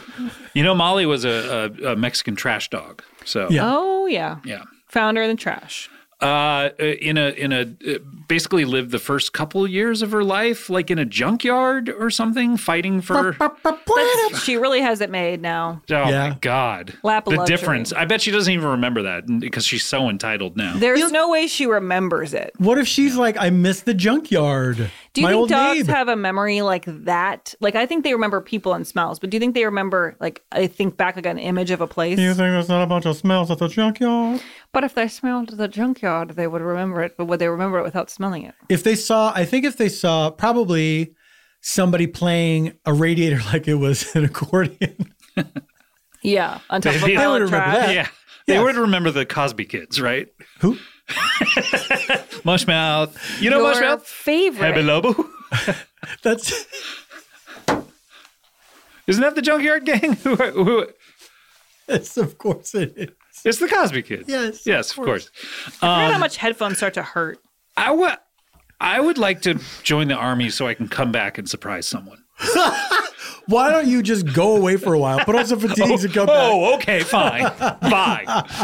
Speaker 4: [laughs] know, Molly was a, a, a Mexican trash dog. So
Speaker 3: Yeah.
Speaker 2: Oh yeah,
Speaker 4: yeah.
Speaker 2: found her in the trash.
Speaker 4: [laughs] Uh, in a in a uh, basically lived the first couple years of her life like in a junkyard or something, fighting for.
Speaker 2: That's- she really has it made now.
Speaker 4: Oh
Speaker 3: Yeah.
Speaker 4: my God!
Speaker 2: Lap of
Speaker 4: the
Speaker 2: luxury.
Speaker 4: difference. I bet she doesn't even remember that n- because she's so entitled now.
Speaker 2: There's no way she remembers it.
Speaker 3: What if she's like, I missed the junkyard?
Speaker 2: Do you
Speaker 3: My
Speaker 2: think
Speaker 3: old
Speaker 2: dogs
Speaker 3: neighbor.
Speaker 2: have a memory like that? Like I think they remember people and smells, but do you think they remember like I think back like an image of a place?
Speaker 3: You think there's not a bunch of smells at the junkyard?
Speaker 2: But if they smelled the junkyard, they would remember it. But would they remember it without smelling it?
Speaker 3: If they saw, I think if they saw [laughs] probably somebody playing a radiator like it was an accordion,
Speaker 2: Yeah, on top of
Speaker 4: They
Speaker 2: a
Speaker 4: would
Speaker 2: pallet
Speaker 3: remember
Speaker 2: truck.
Speaker 3: that.
Speaker 4: Yeah. They
Speaker 3: Yes.
Speaker 4: would remember the Cosby kids, right?
Speaker 3: Who?
Speaker 4: [laughs] Mushmouth. You know
Speaker 2: Your
Speaker 4: Mushmouth?
Speaker 2: favorite.
Speaker 4: Happy Lobo?
Speaker 3: [laughs]
Speaker 4: [laughs]
Speaker 3: That's
Speaker 4: Isn't that the Junkyard Gang? [laughs] who, who,
Speaker 3: yes, of course it is.
Speaker 4: it's the Cosby kids.
Speaker 3: Yes,
Speaker 4: Yes,
Speaker 3: of
Speaker 4: of
Speaker 3: course.
Speaker 4: course.
Speaker 2: I forgot how much headphones start to hurt.
Speaker 4: I would. I would like to join the army so I can come back and surprise someone.
Speaker 3: Why don't you just go away for a while, put on some fatigues and come back? [laughs]
Speaker 4: Oh, okay, fine. Bye.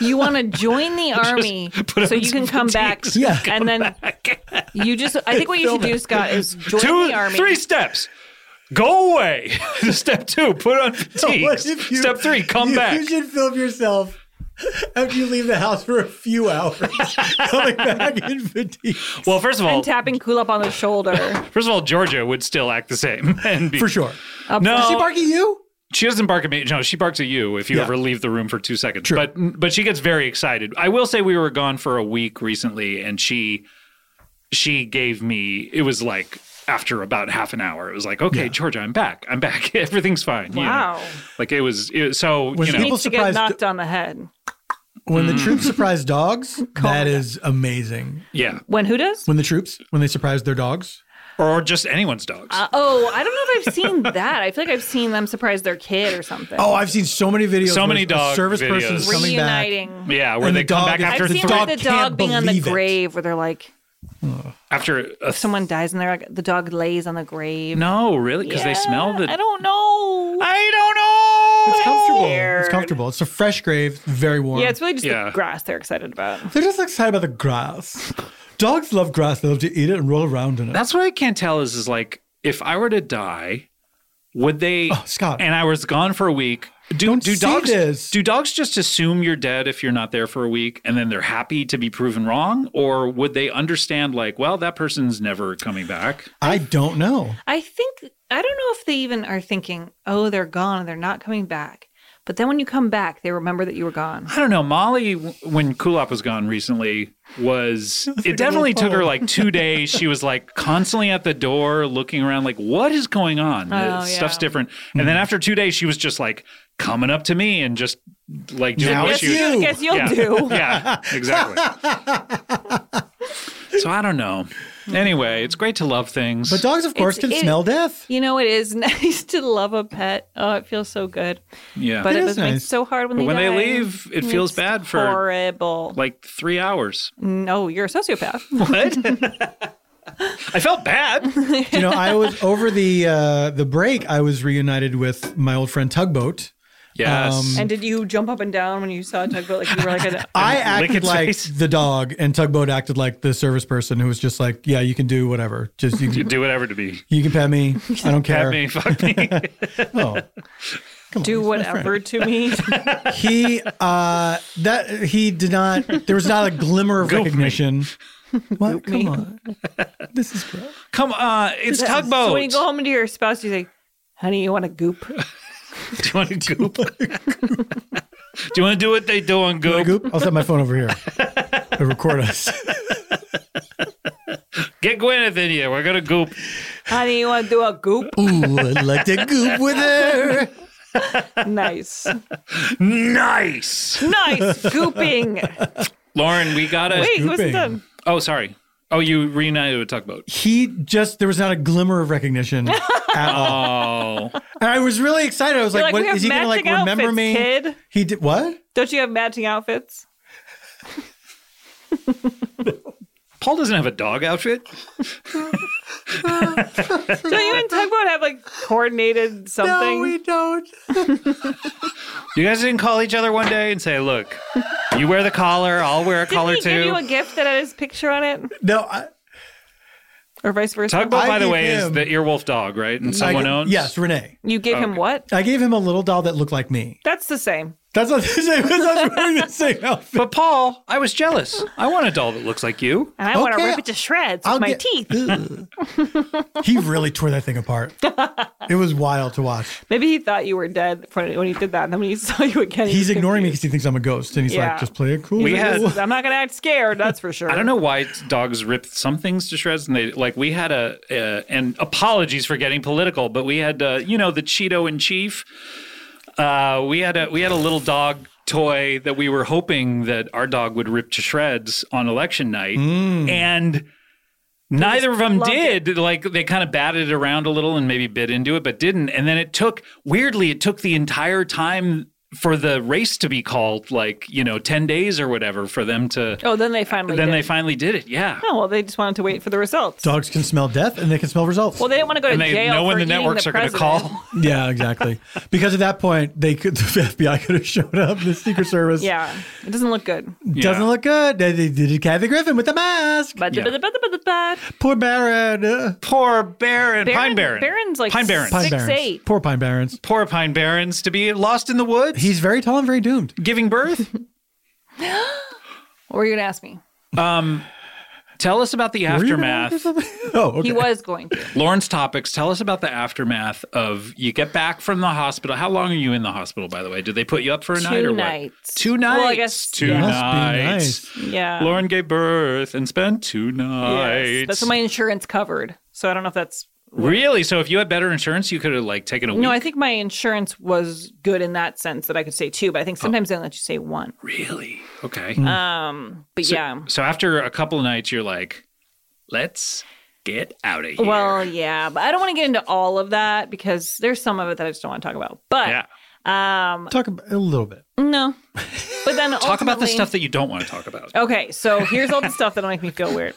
Speaker 2: You want to
Speaker 4: [laughs]
Speaker 2: join the army
Speaker 4: put
Speaker 2: so
Speaker 4: on
Speaker 2: you can
Speaker 4: some
Speaker 2: come back.
Speaker 4: fatigues
Speaker 3: Yeah.
Speaker 2: And then you just, I think what you should do, Scott, is join
Speaker 4: Two,
Speaker 2: the army.
Speaker 4: three steps. Go away. [laughs] Step two, put
Speaker 3: [laughs]
Speaker 4: on
Speaker 3: What
Speaker 4: fatigues.
Speaker 3: if you-
Speaker 4: Step three, come
Speaker 3: you-
Speaker 4: back.
Speaker 3: You should film yourself [laughs] after you leave the house for a few hours, [laughs] coming back in fatigue.
Speaker 4: well, first of all,
Speaker 2: And tapping Kulop on the [laughs] shoulder.
Speaker 4: first of all, Georgia would still act the same. [laughs] And be,
Speaker 3: For sure.
Speaker 4: No,
Speaker 3: She bark at you?
Speaker 4: She doesn't bark at me. No, she barks at you if you ever leave the room for two seconds. But but she gets very excited. I will say we were gone for a week recently, and she she gave me it was like after about half an hour, it was like, okay, Georgia, I'm back. I'm back. [laughs] Everything's fine. you know.
Speaker 2: Wow.
Speaker 4: Like it was, it was- so
Speaker 3: Was
Speaker 4: you know.
Speaker 3: people
Speaker 2: Needs to get
Speaker 3: surprised-
Speaker 2: knocked on the head.
Speaker 3: When
Speaker 4: Mm.
Speaker 3: the troops surprise dogs, that is amazing.
Speaker 4: yeah,
Speaker 2: When who does?
Speaker 3: When the troops, when they surprise their dogs,
Speaker 4: or just anyone's dogs.
Speaker 2: Uh, oh, I don't know if I've seen [laughs] that. I feel like I've seen them surprise their kid or something.
Speaker 3: Oh, I've seen so many videos.
Speaker 4: So
Speaker 3: where
Speaker 4: many
Speaker 3: a
Speaker 4: dog
Speaker 3: service
Speaker 4: videos.
Speaker 3: person's coming back.
Speaker 2: reuniting.
Speaker 4: yeah, where
Speaker 3: and
Speaker 4: they
Speaker 3: the
Speaker 4: come
Speaker 3: dog
Speaker 4: back
Speaker 3: is-
Speaker 4: after
Speaker 2: I've
Speaker 4: three,
Speaker 2: seen like the
Speaker 3: can't
Speaker 2: dog being on the
Speaker 3: believe it.
Speaker 2: grave where they're like,
Speaker 4: after a th-
Speaker 2: someone dies and they're like, the dog lays on the grave.
Speaker 4: no, really, because they smell the.
Speaker 2: I don't know.
Speaker 4: I don't know.
Speaker 3: It's comfortable. It's comfortable. It's a fresh grave. Very warm.
Speaker 2: yeah, it's really just
Speaker 4: Yeah.
Speaker 2: the grass they're excited about.
Speaker 3: They're just excited about the grass. Dogs love grass. They love to eat it and roll around in it.
Speaker 4: That's what I can't tell is is like if I were to die, would they
Speaker 3: Oh, Scott.
Speaker 4: and I was gone for a week. Do
Speaker 3: Don't
Speaker 4: do
Speaker 3: say
Speaker 4: dogs
Speaker 3: this.
Speaker 4: do dogs just assume you're dead if you're not there for a week and then they're happy to be proven wrong? Or would they understand like, well, that person's never coming back?
Speaker 3: I don't know.
Speaker 2: I think I don't know if they even are thinking, oh, they're gone and they're not coming back. But then when you come back, they remember that you were gone.
Speaker 4: I don't know. Molly, w- when Kulop was gone recently,
Speaker 2: [laughs]
Speaker 4: was it definitely took her like two days. She was like constantly at the door looking around, like, what is going on? The
Speaker 2: Oh,
Speaker 4: Stuff's
Speaker 2: yeah.
Speaker 4: different.
Speaker 3: Hmm.
Speaker 4: And then after two days, she was just like coming up to me and just like doing
Speaker 3: Now
Speaker 4: what
Speaker 3: it's
Speaker 4: she was-
Speaker 3: you.
Speaker 2: Guess you'll
Speaker 4: yeah.
Speaker 2: do.
Speaker 4: [laughs] Yeah,
Speaker 3: [laughs]
Speaker 4: exactly. so I don't know. Anyway, it's great to love things.
Speaker 3: But dogs, of course,
Speaker 2: It's-
Speaker 3: can
Speaker 2: it- [laughs]
Speaker 3: smell death.
Speaker 2: You know, it is nice to love a pet. Oh, it feels so good.
Speaker 4: yeah.
Speaker 2: But
Speaker 3: It
Speaker 2: it,
Speaker 3: is
Speaker 2: was made
Speaker 3: nice.
Speaker 2: so hard when they
Speaker 4: when they
Speaker 2: die.
Speaker 4: leave, it feels
Speaker 2: It's
Speaker 4: bad for
Speaker 2: horrible.
Speaker 4: like three
Speaker 2: [laughs]
Speaker 4: hours.
Speaker 2: no, you're a sociopath.
Speaker 3: [laughs]
Speaker 4: What? [laughs] I felt
Speaker 2: [laughs]
Speaker 4: bad.
Speaker 3: you know, I was over the uh, the break. I was reunited with my old friend Tugboat.
Speaker 4: Yes.
Speaker 3: Um,
Speaker 2: and did you jump up and down when you saw a tugboat? Like you were
Speaker 3: [laughs]
Speaker 2: like, a,
Speaker 3: I
Speaker 4: lick
Speaker 3: acted
Speaker 4: its
Speaker 3: like
Speaker 4: face.
Speaker 3: the dog, and Tugboat acted like the service person who was just like, "Yeah, you can do whatever. Just you can,
Speaker 4: do whatever to be.
Speaker 3: you can
Speaker 4: [laughs]
Speaker 3: pet me. I don't care."
Speaker 4: Pat me, fuck me.
Speaker 3: Oh.
Speaker 2: do whatever to
Speaker 3: [laughs]
Speaker 2: me.
Speaker 3: he uh that he did not there was not a glimmer of
Speaker 4: Goop me.
Speaker 3: recognition what come on this is gross.
Speaker 4: [laughs] Come on, it's tugboat. [laughs]
Speaker 2: [laughs] So when you go home to your spouse, you say, honey, you want a
Speaker 3: [laughs]
Speaker 2: goop?
Speaker 4: do you want to goop? [laughs] do you want to do what they do on Goop?
Speaker 3: goop i'll set my
Speaker 2: [laughs]
Speaker 3: phone over here to record us
Speaker 4: Get Gwyneth in here. We're gonna goop.
Speaker 2: honey, you want to do a goop?
Speaker 3: ooh i'd like to goop with her
Speaker 2: nice.
Speaker 4: Nice,
Speaker 3: [laughs]
Speaker 2: Nice gooping.
Speaker 4: Lauren. We gotta.
Speaker 2: Wait, he
Speaker 3: Gooping.
Speaker 2: wasn't done.
Speaker 4: Oh, sorry. Oh, you reunited with tugboat.
Speaker 3: he just there was not a glimmer of recognition at all
Speaker 4: Oh,
Speaker 3: and i was really excited i was
Speaker 2: You're
Speaker 3: like,
Speaker 2: like,
Speaker 3: what
Speaker 2: we have
Speaker 3: is he gonna like
Speaker 2: matching
Speaker 3: remember
Speaker 2: outfits,
Speaker 3: me
Speaker 2: kid.
Speaker 3: he did what
Speaker 2: Don't you have matching outfits?
Speaker 4: Paul doesn't have a dog outfit.
Speaker 2: Don't you
Speaker 3: [laughs]
Speaker 2: and Tugboat have like coordinated something?
Speaker 3: don't
Speaker 4: You guys didn't call each other one day and say, "Look, you wear the collar. I'll wear a
Speaker 2: Didn't
Speaker 4: collar
Speaker 2: he give you
Speaker 4: too."
Speaker 2: a gift that had his picture on it,
Speaker 3: no I,
Speaker 2: or vice versa?
Speaker 4: Tugboat,
Speaker 3: I
Speaker 4: by the
Speaker 3: gave
Speaker 4: way, is
Speaker 3: him-
Speaker 4: the earwolf dog, right? And someone
Speaker 3: I,
Speaker 4: owns.
Speaker 3: yes renee
Speaker 2: you gave him what?
Speaker 3: i gave him a little doll that looked like me
Speaker 2: That's the same.
Speaker 3: that's [laughs] not the same as us wearing the same outfit
Speaker 4: But Paul, I was jealous. I want a doll that looks like you.
Speaker 2: And I want to
Speaker 3: Okay.
Speaker 2: rip it to shreds with my
Speaker 3: get-
Speaker 2: teeth.
Speaker 3: Ugh.
Speaker 2: [laughs]
Speaker 3: he really tore that thing apart. It was wild to watch.
Speaker 2: Maybe he thought you were dead when when he did that, and then when he [laughs] saw you again, he
Speaker 3: He's
Speaker 2: was
Speaker 3: ignoring me
Speaker 2: confused.
Speaker 3: because he thinks I'm a ghost, and he's
Speaker 2: Yeah.
Speaker 3: like, "Just play it cool."
Speaker 4: We had-
Speaker 2: This is- I'm not gonna act scared. That's for
Speaker 4: [laughs]
Speaker 2: sure.
Speaker 4: I don't know why dogs rip some things to shreds, and they like we had a uh, and apologies for getting political, but we had uh, you know the Cheeto in chief. Uh, we had a we had a little dog toy that we were hoping that our dog would rip to shreds on election night, and neither of them did. Like they kind of batted it around a little and maybe bit into it, but didn't. And then it took weirdly, it took the entire time for the race to be called, like you know, ten days or whatever, for them to.
Speaker 2: Oh, then they finally.
Speaker 4: then
Speaker 2: did.
Speaker 4: they finally did it. Yeah.
Speaker 2: Oh well, they just wanted to wait for the results.
Speaker 3: Dogs can smell death and they can smell results.
Speaker 2: Well, they didn't want to go to
Speaker 4: And they
Speaker 2: jail.
Speaker 4: know when
Speaker 2: for
Speaker 4: the
Speaker 2: eating
Speaker 4: networks
Speaker 2: the
Speaker 4: are going to
Speaker 2: president.
Speaker 4: call. [laughs]
Speaker 3: [laughs] yeah, exactly. because at that point, they could [laughs] the FBI could have showed up. The Secret Service
Speaker 2: Yeah, it doesn't look good.
Speaker 4: Yeah.
Speaker 3: doesn't look good. They, they did Kathy Griffin with the mask.
Speaker 2: But
Speaker 4: Yeah.
Speaker 2: but- but- but- but- but-
Speaker 3: Poor Baron. Uh,
Speaker 4: Poor Baron, Pine Baron.
Speaker 2: Baron's like
Speaker 4: Pine Barons.
Speaker 3: Pine
Speaker 2: Six,
Speaker 3: Barons.
Speaker 2: eight.
Speaker 3: Poor Pine Barons.
Speaker 4: Poor Pine Barons to be lost in the woods.
Speaker 3: He's very tall and very doomed.
Speaker 4: giving birth.
Speaker 2: What were you going to ask me?
Speaker 4: Tell us about the
Speaker 3: Were you gonna
Speaker 4: aftermath.
Speaker 3: ask me something? [laughs] Oh, okay.
Speaker 2: He was going to.
Speaker 4: Lauren's topics. Tell us about the aftermath of you get back from the hospital. How long are you in the hospital, by the way? Did they put you up for a night
Speaker 2: Two
Speaker 4: or
Speaker 2: nights.
Speaker 4: what? Two nights.
Speaker 2: Well, I guess-
Speaker 4: two
Speaker 3: Must be
Speaker 4: nights.
Speaker 2: Yeah.
Speaker 4: Lauren gave birth and spent two nights.
Speaker 2: um, Yes. That's what my insurance covered. So I don't know if that's.
Speaker 4: really? So if you had better insurance, you could have like taken a week.
Speaker 2: No, I think my insurance was good in that sense that I could say two, but I
Speaker 4: Oh.
Speaker 2: think sometimes they only let you say one.
Speaker 4: really? Okay.
Speaker 2: Um, but
Speaker 4: Hmm. So-
Speaker 2: yeah.
Speaker 4: So after a couple of nights, you're like, let's get out of here.
Speaker 2: Well, yeah, but I don't want to get into all of that because there's some of it that I just don't want to talk about.
Speaker 4: yeah.
Speaker 2: But um,
Speaker 3: Talk ab- a little bit.
Speaker 4: [laughs]
Speaker 2: no. But then
Speaker 4: Talk about the
Speaker 2: ultimately-
Speaker 4: stuff that you don't want to talk
Speaker 2: [laughs]
Speaker 4: about.
Speaker 2: Okay, so here's all the stuff that'll make me feel weird.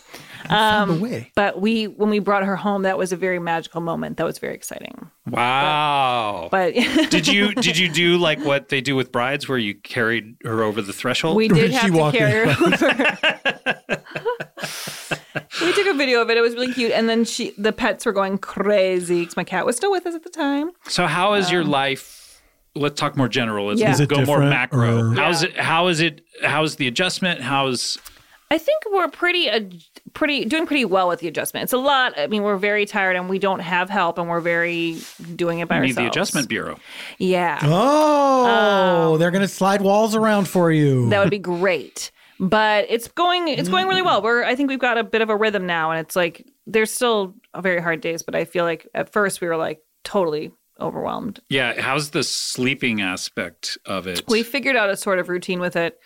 Speaker 2: Um,
Speaker 3: the way.
Speaker 2: But we, when we brought her home, that was a very magical moment. That was very exciting.
Speaker 4: Wow.
Speaker 2: But
Speaker 4: did you did you do like what they do with brides where you carried her over the threshold?
Speaker 2: we
Speaker 3: Or
Speaker 2: did
Speaker 3: is
Speaker 2: have
Speaker 3: she
Speaker 2: to
Speaker 3: walking?
Speaker 2: carry her over. we took a video of it. It was really cute. And then she, the pets were going crazy because my cat was still with us at the time.
Speaker 4: so how is your life let's talk more general. Let's
Speaker 2: Yeah. Is
Speaker 3: it
Speaker 4: go more
Speaker 3: different,
Speaker 4: macro.
Speaker 3: or-
Speaker 4: How's it how is it how's the adjustment? How's
Speaker 2: I think we're pretty, ad- pretty doing pretty well with the adjustment. It's a lot. I mean, we're very tired and we don't have help, and we're very doing it by
Speaker 4: I mean,
Speaker 2: ourselves.
Speaker 4: the adjustment bureau?
Speaker 2: Yeah.
Speaker 3: Oh, they're gonna slide walls around for you.
Speaker 2: Um, that would be great but it's going it's going really well we're i think we've got a bit of a rhythm now and it's like there's still very hard days but i feel like at first we were like totally overwhelmed
Speaker 4: Yeah, how's the sleeping aspect of it?
Speaker 2: we figured out a sort of routine with it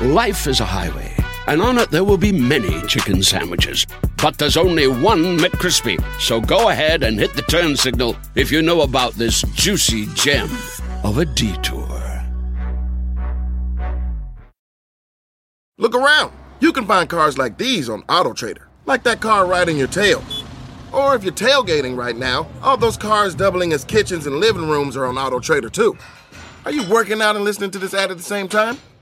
Speaker 5: Life is a highway, and on it there will be many chicken sandwiches. But there's only one McCrispy. So go ahead and hit the turn signal if you know about this juicy gem of a detour.
Speaker 6: Look around. You can find cars like these on AutoTrader, like that car riding your tail. Or if you're tailgating right now, all those cars doubling as kitchens and living rooms are on AutoTrader too. Are you working out and listening to this ad at the same time?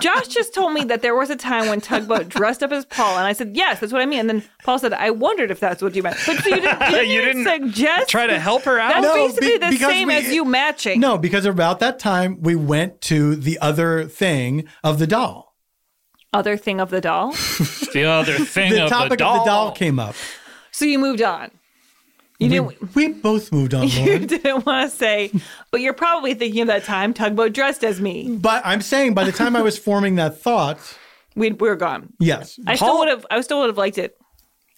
Speaker 2: Josh just told me that there was a time when Tugboat dressed up as Paul, and I said, yes, that's what I mean. And then Paul said, I wondered if that's what you meant. But so you didn't,
Speaker 3: [laughs]
Speaker 2: you
Speaker 4: You
Speaker 2: didn't
Speaker 4: didn't [laughs]
Speaker 2: suggest.
Speaker 4: try to help her out?
Speaker 2: That's
Speaker 4: No,
Speaker 3: be-
Speaker 2: basically the
Speaker 3: because
Speaker 2: same
Speaker 3: we-
Speaker 2: as you matching.
Speaker 3: No, because about that time we went to the other thing of the doll.
Speaker 2: Other thing of the doll.
Speaker 4: The other thing
Speaker 3: the
Speaker 4: of
Speaker 3: topic
Speaker 4: the doll.
Speaker 3: of the doll came up.
Speaker 2: So you moved on. You
Speaker 3: we,
Speaker 2: didn't.
Speaker 3: we both moved on,
Speaker 2: [laughs] You
Speaker 3: Lauren.
Speaker 2: didn't want to say, but you're probably thinking of that time Tugboat dressed as me.
Speaker 3: But I'm saying by the time
Speaker 2: [laughs]
Speaker 3: I was forming that thought,
Speaker 2: We, we were gone.
Speaker 3: yes,
Speaker 2: I still would have. I still would have liked it.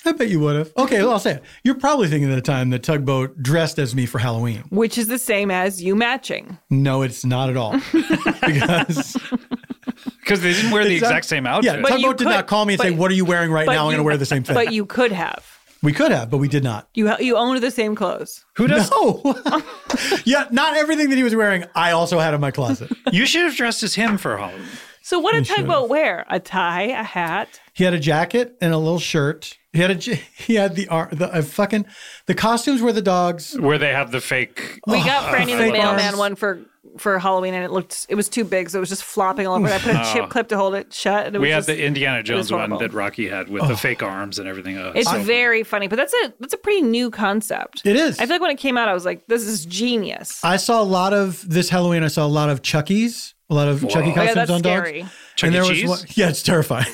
Speaker 3: I bet you would have. Okay, well, I'll say it. You're probably thinking of the time the tugboat dressed as me for Halloween.
Speaker 2: which is the same as you matching.
Speaker 3: No, it's not
Speaker 2: [laughs]
Speaker 3: at all. because
Speaker 4: Because they didn't wear the
Speaker 3: Exact-
Speaker 4: exact same outfit.
Speaker 3: yeah,
Speaker 2: But you
Speaker 3: tugboat did not
Speaker 2: could-
Speaker 3: call me and say,
Speaker 2: but-
Speaker 3: "What are you wearing right
Speaker 2: but
Speaker 3: now?" I'm
Speaker 2: you-
Speaker 3: going to wear the same thing.
Speaker 2: [laughs] But you could have.
Speaker 3: we could have, but we did not.
Speaker 2: You ha- you owned the same clothes.
Speaker 4: Who does?
Speaker 3: No.
Speaker 2: [laughs]
Speaker 3: yeah, not everything that he was wearing. I also had in my closet.
Speaker 4: [laughs] You should have dressed as him for Halloween.
Speaker 2: So what did tugboat wear? A tie, a hat.
Speaker 3: He had a jacket and a little shirt. He had a j- [laughs] he had the ar- the uh, fucking the costumes were the dogs.
Speaker 4: Where they have the fake. oh,
Speaker 2: We got Franny the
Speaker 3: fake
Speaker 2: mailman
Speaker 3: arms.
Speaker 2: one for for Halloween, and it looked it was too big, so it was just flopping all over. I put a chip clip to hold it shut. And it
Speaker 4: We
Speaker 2: was
Speaker 4: had
Speaker 2: just,
Speaker 4: the Indiana Jones one
Speaker 2: horrible.
Speaker 4: that Rocky had with
Speaker 3: Oh.
Speaker 4: the fake arms and everything. Oh,
Speaker 2: It's
Speaker 4: so fun.
Speaker 2: very funny, but that's a that's a pretty new concept.
Speaker 3: It is.
Speaker 2: I feel like when it came out, I was like, "This is
Speaker 4: Uh,
Speaker 2: genius."
Speaker 3: I saw a lot of this Halloween. I saw a lot of Chucky's, a lot of Chucky
Speaker 4: Whoa.
Speaker 2: Oh,
Speaker 3: costumes
Speaker 2: yeah, that's
Speaker 3: on
Speaker 2: scary.
Speaker 3: dogs.
Speaker 4: Chuck E. Cheese?
Speaker 3: [laughs] yeah, it's terrifying.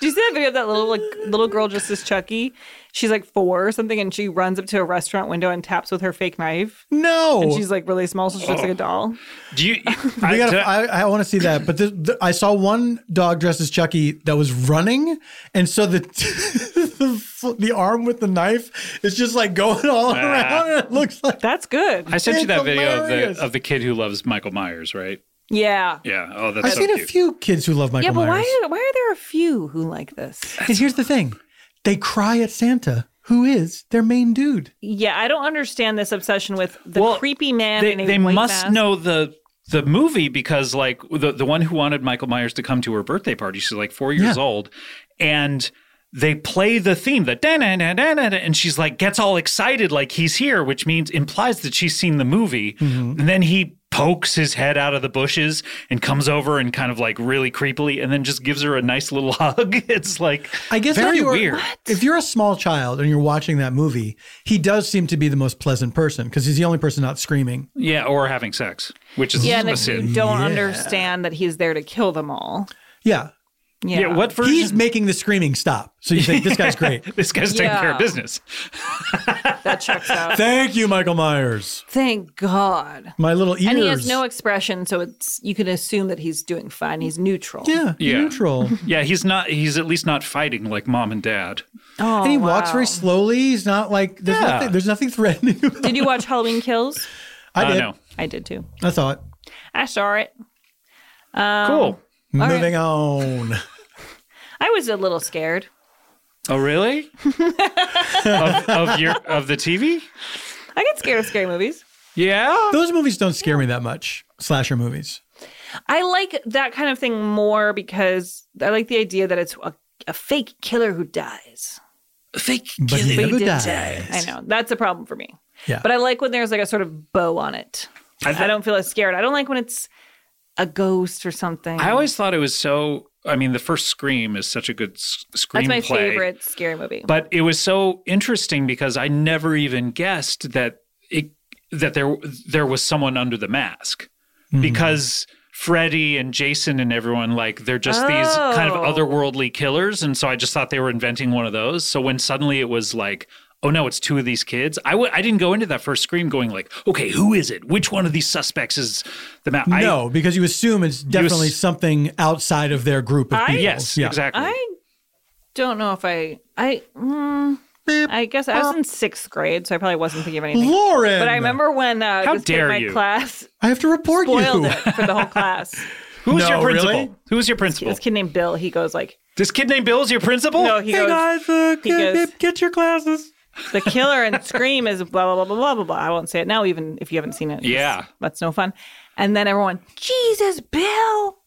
Speaker 2: Do you see that video of that little like little girl just as Chucky? She's like four or something, and she runs up to a restaurant window and taps with her fake knife.
Speaker 3: no,
Speaker 2: And she's like really small, so she
Speaker 4: Oh.
Speaker 2: looks like a doll.
Speaker 4: Do you?
Speaker 3: [laughs] We
Speaker 4: I,
Speaker 3: gotta-
Speaker 4: did I-
Speaker 3: I, I want to see that. But the, the, I saw one dog dressed as Chucky that was running, and so the [laughs] the, fl- the arm with the knife is just like going
Speaker 4: Ah.
Speaker 3: all around. And it looks like
Speaker 2: That's good.
Speaker 4: I sent you
Speaker 3: It's
Speaker 4: that video of
Speaker 3: hilarious.
Speaker 4: the of the kid who loves Michael Myers, right?
Speaker 2: yeah.
Speaker 4: Yeah. Oh, that's
Speaker 3: I've
Speaker 4: so
Speaker 3: seen
Speaker 4: cute.
Speaker 3: a few kids who love Michael
Speaker 2: yeah, but
Speaker 3: Myers.
Speaker 2: why why are there a few who like this?
Speaker 3: and here's the thing: they cry at Santa, who is their main dude.
Speaker 2: Yeah, I don't understand this obsession with the
Speaker 4: Well,
Speaker 2: creepy man.
Speaker 4: they
Speaker 2: in a
Speaker 4: they
Speaker 2: white
Speaker 4: must
Speaker 2: mask.
Speaker 4: know the the movie because like the the one who wanted Michael Myers to come to her birthday party, she's like four years
Speaker 3: Yeah.
Speaker 4: old, and they play the theme that da da da da da, and she's like gets all excited like he's here, which means implies that she's seen the movie,
Speaker 2: Mm-hmm.
Speaker 4: and then he pokes his head out of the bushes and comes over and kind of like really creepily and then just gives her a nice little [laughs] hug it's like
Speaker 3: I guess
Speaker 4: very
Speaker 3: if you're,
Speaker 4: weird
Speaker 3: If you're a small child and you're watching that movie, he does seem to be the most pleasant person because he's the only person not screaming.
Speaker 4: yeah or having sex which is
Speaker 2: Yeah,
Speaker 4: a
Speaker 2: that
Speaker 4: sin
Speaker 2: you don't understand that he's there to kill them all.
Speaker 3: Yeah,
Speaker 2: Yeah.
Speaker 4: yeah. what version
Speaker 3: he's making the screaming stop. So you think this
Speaker 4: [laughs]
Speaker 3: guy's great.
Speaker 4: this guy's taking care
Speaker 2: Yeah.
Speaker 4: of business [laughs]
Speaker 2: that checks out.
Speaker 3: Thank you, Michael Myers.
Speaker 2: Thank God.
Speaker 3: My little ears.
Speaker 2: And he has no expression, so it's you can assume that he's doing fine. He's neutral.
Speaker 3: yeah,
Speaker 4: Yeah.
Speaker 2: [laughs]
Speaker 3: neutral.
Speaker 4: Yeah, he's not. He's at least not fighting like mom and dad.
Speaker 2: Oh,
Speaker 3: and he walks
Speaker 2: wow.
Speaker 3: very slowly. He's not like there's
Speaker 4: Yeah.
Speaker 3: nothing. There's nothing threatening.
Speaker 4: [laughs]
Speaker 3: About
Speaker 2: Did you watch Halloween Kills?
Speaker 3: I
Speaker 4: Uh,
Speaker 3: did.
Speaker 4: no.
Speaker 2: I did too.
Speaker 3: I thought.
Speaker 2: I saw it. Um,
Speaker 4: cool.
Speaker 2: right.
Speaker 3: Moving on.
Speaker 2: I was a little scared.
Speaker 4: Oh, really? [laughs] of, of your of the TV?
Speaker 2: I get scared of scary movies.
Speaker 4: Yeah.
Speaker 3: Those movies don't scare me that much. Slasher movies.
Speaker 2: I like that kind of thing more because I like the idea that it's a, a fake killer who dies.
Speaker 4: Fake.
Speaker 2: But
Speaker 3: But he
Speaker 2: he
Speaker 3: never
Speaker 2: did
Speaker 3: dies.
Speaker 2: die. I know. That's a problem for me.
Speaker 3: Yeah.
Speaker 2: But I like when there's like a sort of bow on it. I, don't feel as scared. I don't like when it's a ghost or something.
Speaker 4: I always thought it was so. I mean, the first Scream is such a good s- screenplay.
Speaker 2: That's my favorite scary movie.
Speaker 4: But it was so interesting because I never even guessed that it that there there was someone under the mask
Speaker 3: Mm-hmm.
Speaker 4: because Freddy and Jason and everyone like they're just these kind of
Speaker 2: Oh.
Speaker 4: otherworldly killers and so I just thought they were inventing one of those. So when suddenly it was like Oh no! It's two of these kids. I w- I didn't go into that first scream going like, okay, who is it? Which one of these suspects is the ma I-
Speaker 3: no, because you assume it's definitely
Speaker 4: ass-
Speaker 3: something outside of their group of
Speaker 2: I-
Speaker 3: people.
Speaker 4: yes,
Speaker 3: Yeah.
Speaker 4: exactly.
Speaker 2: I don't know if I I mm, I guess I was in sixth grade, so I probably wasn't thinking of anything.
Speaker 3: Lauren.
Speaker 2: But I remember when uh,
Speaker 4: How
Speaker 2: this kid in
Speaker 4: dare
Speaker 2: my
Speaker 4: you.
Speaker 2: class [laughs]
Speaker 3: I have to report
Speaker 2: spoiled
Speaker 3: you. [laughs]
Speaker 2: it for
Speaker 4: [laughs]
Speaker 2: the whole class.
Speaker 4: Who was your
Speaker 3: No,
Speaker 4: principal?
Speaker 3: really?
Speaker 4: Who was your principal?
Speaker 2: This kid named Bill, he goes like,
Speaker 4: This kid named Bill is your principal?
Speaker 2: no, he
Speaker 3: Oh, Hey
Speaker 2: goes,
Speaker 3: guys, uh,
Speaker 2: he
Speaker 3: get,
Speaker 2: goes-
Speaker 3: get your glasses.
Speaker 2: the killer in Scream is blah blah blah blah blah blah blah. I won't say it now, even if you haven't seen it.
Speaker 4: Yeah.
Speaker 2: that's no fun. And then everyone, Jesus, Bill.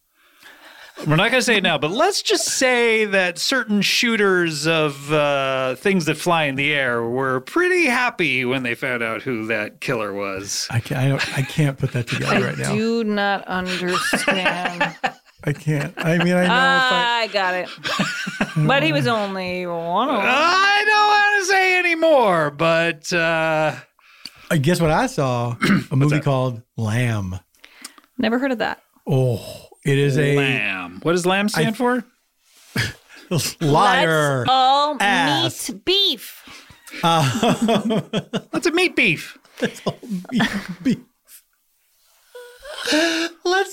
Speaker 4: We're not going to say it now, but let's just say that certain shooters of uh, things that fly in the air were pretty happy when they found out who that killer was.
Speaker 3: I can't. I, don't, I can't put that together right now.
Speaker 2: Do not [laughs] understand. Ah,
Speaker 3: I can't. I mean, I know.
Speaker 2: I got it. But he was only one of them.
Speaker 4: I don't want to say anymore, but uh,
Speaker 3: I guess what
Speaker 4: [clears throat]
Speaker 3: I saw a movie called Lamb.
Speaker 2: Never heard of that.
Speaker 3: Oh, it is a
Speaker 4: lamb. What does lamb stand for?
Speaker 3: liar. [laughs]
Speaker 2: Let's all
Speaker 3: Ass.
Speaker 2: meat beef.
Speaker 4: That's a meat beef.
Speaker 3: [laughs] Let's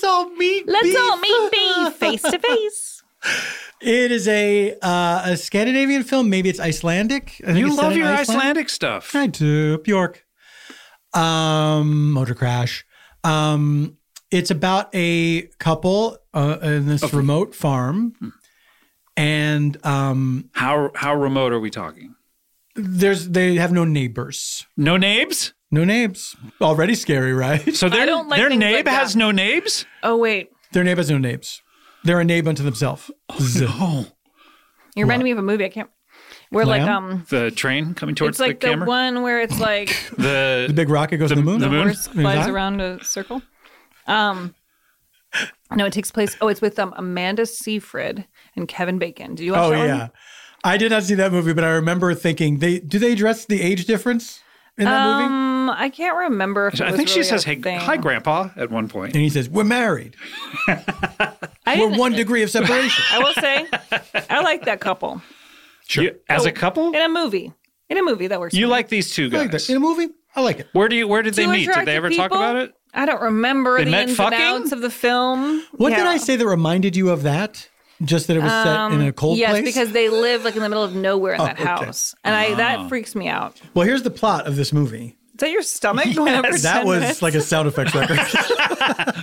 Speaker 3: all meet.
Speaker 2: Let's all meat beef face to face.
Speaker 3: It is a uh, a Scandinavian film. Maybe it's Icelandic. I think
Speaker 4: You
Speaker 3: it's set
Speaker 4: love
Speaker 3: in
Speaker 4: your
Speaker 3: Iceland.
Speaker 4: Icelandic stuff.
Speaker 3: I do. Bjork. Um, motor crash. Um, it's about a couple uh, in this remote farm, and um,
Speaker 4: How how remote are we talking?
Speaker 3: there's they have no neighbors.
Speaker 4: No nabes?
Speaker 3: No neighbors. Already scary, right?
Speaker 4: So their,
Speaker 2: don't like
Speaker 4: their
Speaker 2: things
Speaker 4: nabe
Speaker 2: like
Speaker 4: has
Speaker 2: that.
Speaker 4: no nabes?
Speaker 2: [laughs] Oh wait,
Speaker 3: Their neighbor has no neighbors. They're a neighbor unto themselves.
Speaker 4: Oh.
Speaker 2: you're reminding me of a movie. I can't. We're like
Speaker 3: Lamb?
Speaker 2: um.
Speaker 4: The train coming towards
Speaker 2: It's like
Speaker 4: the
Speaker 2: the,
Speaker 4: camera?
Speaker 2: one where it's like
Speaker 4: the,
Speaker 3: The big rocket goes to the moon.
Speaker 4: the moon?
Speaker 2: horse flies
Speaker 3: that?
Speaker 2: around a circle. Um. No, it takes place. Oh, it's with um, Amanda Seyfried and Kevin Bacon. Do you watch
Speaker 3: Oh
Speaker 2: that one?
Speaker 3: yeah, I did not see that movie, but I remember thinking they do they address the age difference in that movie?
Speaker 2: Um, I can't remember. If it
Speaker 4: I
Speaker 2: was
Speaker 4: think she
Speaker 2: really
Speaker 4: says,
Speaker 2: a
Speaker 4: hey,
Speaker 2: thing.
Speaker 4: hi, Grandpa, at one point.
Speaker 3: And he says we're married.
Speaker 2: I
Speaker 3: We're
Speaker 2: didn't-
Speaker 3: one degree
Speaker 2: [laughs]
Speaker 3: of separation.
Speaker 2: I will say, I like that couple
Speaker 4: Sure. as
Speaker 2: Oh,
Speaker 4: a couple?
Speaker 2: in a movie. In a movie that works.
Speaker 4: You
Speaker 2: for me.
Speaker 4: like these two
Speaker 3: I
Speaker 4: guys.
Speaker 3: like that. In a movie, I like it.
Speaker 4: Where do you where did they
Speaker 2: Two
Speaker 4: meet? Did they
Speaker 2: attractive
Speaker 4: ever talk
Speaker 2: people?
Speaker 4: about it? [laughs]
Speaker 2: I don't remember
Speaker 4: They
Speaker 2: the
Speaker 4: met
Speaker 2: ins
Speaker 4: fucking?
Speaker 2: and outs of the film.
Speaker 3: What did
Speaker 2: Yeah.
Speaker 3: I say that reminded you of that? Just that it was set in a cold
Speaker 2: Um, yes,
Speaker 3: place.
Speaker 2: because they live like in the middle of nowhere
Speaker 4: Oh,
Speaker 2: in that
Speaker 3: okay.
Speaker 2: house, and I
Speaker 4: Ah.
Speaker 2: that freaks me out.
Speaker 3: well, here's the plot of this movie.
Speaker 2: Is that your
Speaker 4: [laughs]
Speaker 2: stomach? going up for
Speaker 3: That
Speaker 2: 10
Speaker 3: was
Speaker 2: minutes?
Speaker 3: like a sound effects
Speaker 2: [laughs]
Speaker 3: record.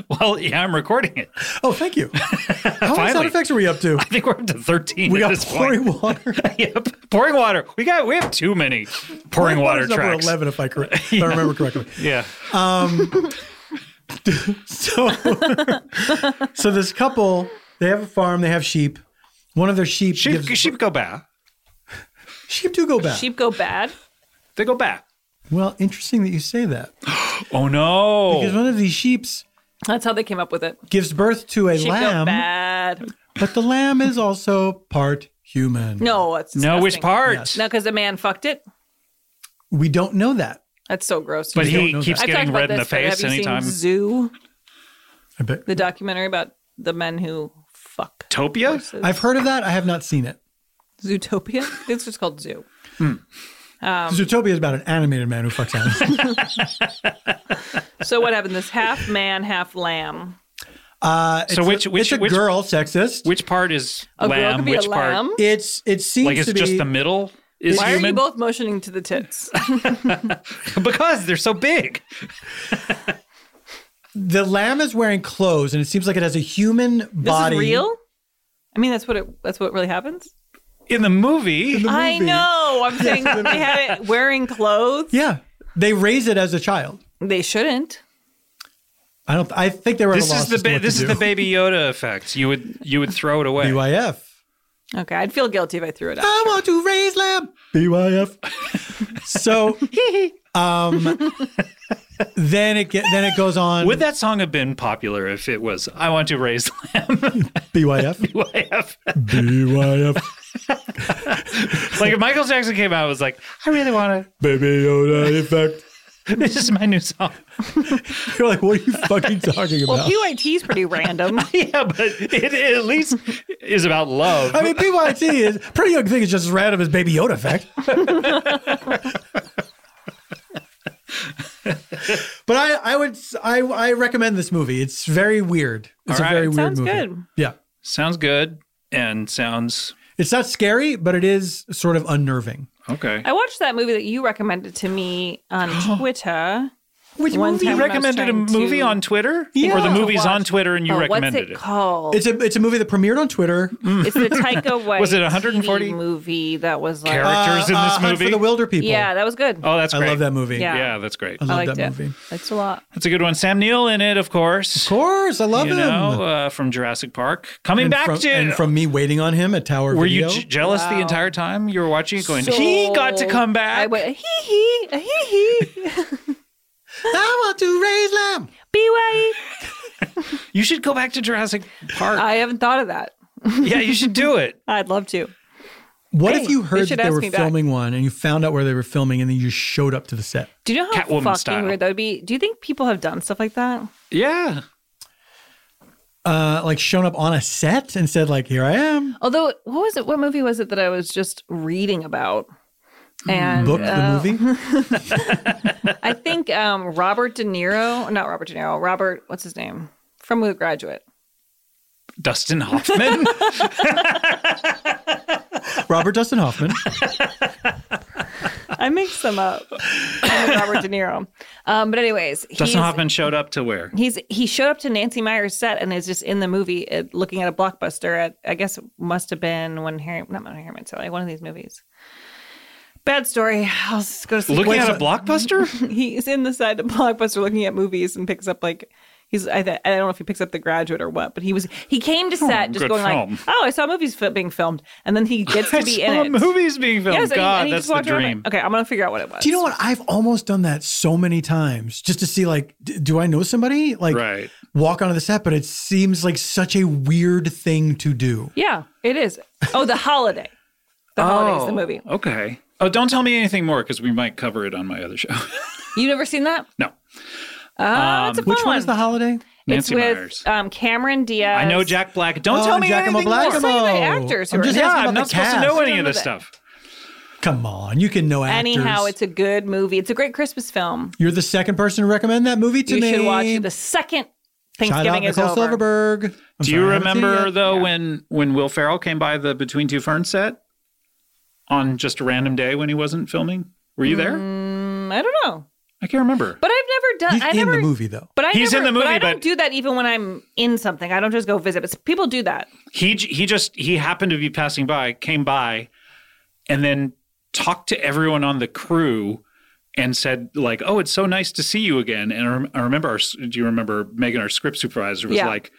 Speaker 4: Well, yeah, I'm recording it.
Speaker 3: oh, thank you. How many sound
Speaker 4: Finally.
Speaker 3: effects are we up to?
Speaker 4: I think we're up to 13
Speaker 3: We
Speaker 4: at
Speaker 3: got
Speaker 4: this
Speaker 3: pouring
Speaker 4: point.
Speaker 3: water.
Speaker 4: [laughs] yep. Pouring water. We got we have too many pouring water
Speaker 3: Water's number
Speaker 4: tracks.
Speaker 3: eleven, if
Speaker 4: [laughs]
Speaker 3: I, correct, if I remember correctly.
Speaker 4: Yeah.
Speaker 3: So, [laughs] so this couple, they have a farm, they have sheep. One of their sheep,
Speaker 4: Sheep,
Speaker 3: gives-
Speaker 4: sheep go bad.
Speaker 3: sheep do go back.
Speaker 2: sheep go bad.
Speaker 4: They go back.
Speaker 3: Well, interesting that you say that
Speaker 4: Oh no.
Speaker 3: because one of these sheeps
Speaker 2: That's how they came up with it.
Speaker 3: gives birth to a
Speaker 2: Sheep go
Speaker 3: lamb,
Speaker 2: bad.
Speaker 3: but the lamb is also part human.
Speaker 2: No, it's
Speaker 4: no, which
Speaker 2: disgusting.
Speaker 4: part?
Speaker 2: No, because the man fucked it.
Speaker 3: we don't know that.
Speaker 2: That's so gross.
Speaker 4: But
Speaker 3: don't
Speaker 4: he
Speaker 3: know
Speaker 4: keeps
Speaker 2: I talked
Speaker 4: getting
Speaker 2: about
Speaker 4: red in the
Speaker 2: this, but
Speaker 4: face
Speaker 2: have you
Speaker 4: anytime.
Speaker 2: Seen Zoo,
Speaker 3: I bet.
Speaker 2: the documentary about the men who fuck.
Speaker 4: Topia?
Speaker 3: I've heard of that. I have not seen it.
Speaker 2: Zootopia. It's just called Zoo.
Speaker 4: Um,
Speaker 3: Zootopia is about an animated man
Speaker 4: [laughs]
Speaker 3: who fucks animals.
Speaker 2: So what happened? This half man, half lamb.
Speaker 3: Uh, it's
Speaker 4: So which-
Speaker 3: a,
Speaker 4: which-
Speaker 3: it's a
Speaker 4: which-
Speaker 3: girl sexist.
Speaker 4: Which part is
Speaker 2: A Oh, girl
Speaker 4: lamb?
Speaker 2: could be
Speaker 4: Which
Speaker 2: a
Speaker 4: part?
Speaker 2: lamb.
Speaker 3: it's it seems
Speaker 4: Like it's
Speaker 3: to be
Speaker 4: just the middle is
Speaker 2: Why are you
Speaker 4: human?
Speaker 2: both motioning to the tits?
Speaker 4: [laughs] because they're so big.
Speaker 3: the lamb is wearing clothes and it seems like it has a human
Speaker 2: This
Speaker 3: body.
Speaker 2: is real. I mean, that's what it. That's what really happens.
Speaker 4: In the movie,
Speaker 2: I
Speaker 3: movie.
Speaker 2: know.
Speaker 4: [laughs]
Speaker 2: I'm saying they had it wearing clothes.
Speaker 3: Yeah, they raise it as a child.
Speaker 2: They shouldn't.
Speaker 3: I don't. I think they were. at a
Speaker 4: this is
Speaker 3: loss
Speaker 4: the
Speaker 3: as to
Speaker 4: ba-
Speaker 3: what
Speaker 4: this
Speaker 3: to
Speaker 4: is the
Speaker 3: [laughs] do.
Speaker 4: baby Yoda effect. You would you would throw it away.
Speaker 3: BYF.
Speaker 2: Okay, I'd feel guilty if I threw it out.
Speaker 3: I want to raise lamb. BYF.
Speaker 4: [laughs]
Speaker 3: so, um, then it get then it goes on
Speaker 4: Would that song have been popular if it was I want to raise [laughs] lamb? [laughs]
Speaker 3: BYF. [laughs]
Speaker 4: BYF?
Speaker 3: BYF.
Speaker 4: like if Michael Jackson came out and was like, I really want
Speaker 3: Baby Yoda effect.
Speaker 4: to [laughs] this is my new song. [laughs]
Speaker 3: You're like, what are you fucking talking about?
Speaker 2: PYT's pretty
Speaker 3: [laughs]
Speaker 2: random.
Speaker 4: yeah, but it, it at least is about love.
Speaker 3: I mean, BYT is pretty young thing. It's just as random as Baby Yoda
Speaker 4: [laughs]
Speaker 3: effect. but I, I would, I, I recommend this movie. It's very weird. It's
Speaker 4: All
Speaker 3: a
Speaker 4: right.
Speaker 3: very weird
Speaker 2: Sounds
Speaker 3: movie.
Speaker 2: good.
Speaker 3: Yeah,
Speaker 4: sounds good and sounds
Speaker 3: it's not scary, but it is sort of unnerving.
Speaker 4: okay.
Speaker 3: [gasps]
Speaker 2: I watched that movie that you recommended to me on Twitter.
Speaker 3: Which
Speaker 2: One
Speaker 3: movie?
Speaker 2: time
Speaker 4: You
Speaker 2: when I was
Speaker 4: recommended a
Speaker 2: trying to-
Speaker 4: movie on Twitter?
Speaker 3: Yeah.
Speaker 4: Or the movie's
Speaker 2: Watch-
Speaker 4: on Twitter and you
Speaker 2: oh,
Speaker 4: recommended
Speaker 2: what's it,
Speaker 4: it?
Speaker 2: called?
Speaker 3: It's a it's a movie that premiered on Twitter.
Speaker 2: it's the
Speaker 3: [laughs]
Speaker 2: Taika Waititi
Speaker 4: Was it 140?
Speaker 2: movie that was like
Speaker 4: Character? Characters in this
Speaker 3: Hunt
Speaker 4: movie?
Speaker 3: for the Wilder Uh, People.
Speaker 2: Yeah, that was good.
Speaker 4: Oh, that's
Speaker 3: I
Speaker 4: great.
Speaker 3: love that movie.
Speaker 2: Yeah.
Speaker 4: Yeah, that's great.
Speaker 3: I
Speaker 2: I
Speaker 3: love
Speaker 2: liked
Speaker 3: that
Speaker 2: it.
Speaker 3: movie. Of
Speaker 2: That's a lot.
Speaker 4: That's a good one. Sam Neill in it, of course.
Speaker 3: course, I love
Speaker 4: you
Speaker 3: him.
Speaker 4: know, uh, from Jurassic Park. Coming
Speaker 3: and
Speaker 4: back
Speaker 3: from,
Speaker 4: to
Speaker 3: and from me waiting on him at Tower
Speaker 4: Were
Speaker 3: Video.
Speaker 4: you j- jealous the entire time you were watching it? Going, he got to
Speaker 2: So,
Speaker 4: come back.
Speaker 2: I went hee hee hee hee. [laughs]
Speaker 3: I want to raise lamb.
Speaker 2: BYE.
Speaker 4: you should go back to Jurassic Park.
Speaker 2: I haven't thought of that.
Speaker 4: yeah, you should
Speaker 2: [laughs]
Speaker 4: do it.
Speaker 2: I'd love to.
Speaker 3: What
Speaker 2: Hey,
Speaker 3: if you
Speaker 2: they
Speaker 3: heard
Speaker 2: should
Speaker 3: that they
Speaker 2: ask
Speaker 3: were
Speaker 2: me back.
Speaker 3: filming one and you found out where they were filming and then you just showed up to the set?
Speaker 2: Do you know how
Speaker 4: Catwoman
Speaker 2: fucking
Speaker 4: style.
Speaker 2: weird that would be? Do you think people have done stuff like that?
Speaker 4: Yeah.
Speaker 3: Uh, like shown up on a set and said like, "Here I am."
Speaker 2: Although, what was it? What movie was it that I was just reading about? And
Speaker 3: Book
Speaker 2: uh,
Speaker 3: the
Speaker 2: [laughs]
Speaker 3: movie.
Speaker 2: I think um, Robert De Niro, not Robert De Niro, Robert, what's his name from The Graduate?
Speaker 4: Dustin
Speaker 2: [laughs]
Speaker 4: Hoffman.
Speaker 3: Robert Dustin Hoffman.
Speaker 2: I mix them [laughs] up. I mean, Robert De Niro. Um, but anyways, he's,
Speaker 4: Dustin Hoffman showed up to where?
Speaker 2: he's he showed up to Nancy Meyer's set and is just in the movie uh, looking at a blockbuster at I guess it must have been when Harry not when Harry Met Sally one of these movies. Bad story. I'll just go to sleep.
Speaker 4: Looking
Speaker 2: Wait,
Speaker 4: at
Speaker 2: so-
Speaker 4: a
Speaker 2: [laughs]
Speaker 4: blockbuster?
Speaker 2: he's in the side of blockbuster looking at movies and picks up like he's I, th- I don't know if he picks up the graduate or what but he was he came to set just
Speaker 4: good
Speaker 2: going
Speaker 4: film.
Speaker 2: like oh i saw movies fi- being filmed and then he gets to be in
Speaker 4: I saw
Speaker 2: it
Speaker 4: movies being filmed.
Speaker 2: Yes, and he-
Speaker 4: God,
Speaker 2: and he
Speaker 4: that's
Speaker 2: just
Speaker 4: the
Speaker 2: walked around like,
Speaker 4: dream.
Speaker 2: okay i'm gonna figure out what it was
Speaker 3: Do you know what? I've almost done that so many times just to see like, d- do I know somebody? Like,
Speaker 4: Right.
Speaker 3: walk onto the set, but it seems like such a weird thing to do.
Speaker 2: yeah it is oh the holiday the holiday
Speaker 4: Oh.
Speaker 2: is the movie
Speaker 4: Okay. Oh, don't tell me anything more because we might cover it on my other show. [laughs]
Speaker 2: you never seen that
Speaker 4: no.
Speaker 2: oh it's a fun
Speaker 3: Which one is the holiday?
Speaker 2: it's
Speaker 4: Nancy Myers.
Speaker 2: with um, cameron diaz
Speaker 4: I know Jack Black. Don't
Speaker 3: Oh,
Speaker 4: tell me
Speaker 3: Giacomo
Speaker 4: anything
Speaker 3: Black.
Speaker 4: more.
Speaker 2: Say the actors who
Speaker 3: I'm
Speaker 2: are
Speaker 3: just
Speaker 2: in it.
Speaker 4: Yeah,
Speaker 3: asking about
Speaker 4: I'm not
Speaker 3: the
Speaker 4: supposed to
Speaker 3: cast.
Speaker 4: know any of
Speaker 2: Remember
Speaker 4: this
Speaker 2: that.
Speaker 4: stuff.
Speaker 3: Come on, you can know actors.
Speaker 2: anyhow it's a good movie it's a great christmas film
Speaker 3: You're the second person to recommend that movie to
Speaker 2: you
Speaker 3: me.
Speaker 2: should watch it the second
Speaker 3: Shout out
Speaker 2: thanksgiving is
Speaker 3: Nicole
Speaker 2: over
Speaker 3: Silverberg. I'm
Speaker 4: Do
Speaker 3: sorry,
Speaker 4: you
Speaker 3: I haven't seen it
Speaker 4: remember
Speaker 3: yet.
Speaker 4: though when when Will Farrell came by the Between Two Ferns set on just a random day when he wasn't filming? Were you there?
Speaker 3: Mm.
Speaker 2: I don't know,
Speaker 4: I can't remember.
Speaker 2: but I've never done.
Speaker 3: He's
Speaker 2: I
Speaker 3: in
Speaker 2: never,
Speaker 3: the movie though.
Speaker 2: But I
Speaker 4: He's in
Speaker 2: never,
Speaker 4: the movie,
Speaker 2: But I don't
Speaker 4: but-
Speaker 2: do that even when I'm in something. I don't just go visit. But people do that.
Speaker 4: he j- he just he happened to be passing by, came by, and then talked to everyone on the crew and said like, "Oh, it's so nice to see you again." And I, rem- I remember our s- do you remember Megan, our script supervisor, was
Speaker 2: Yeah.
Speaker 4: like.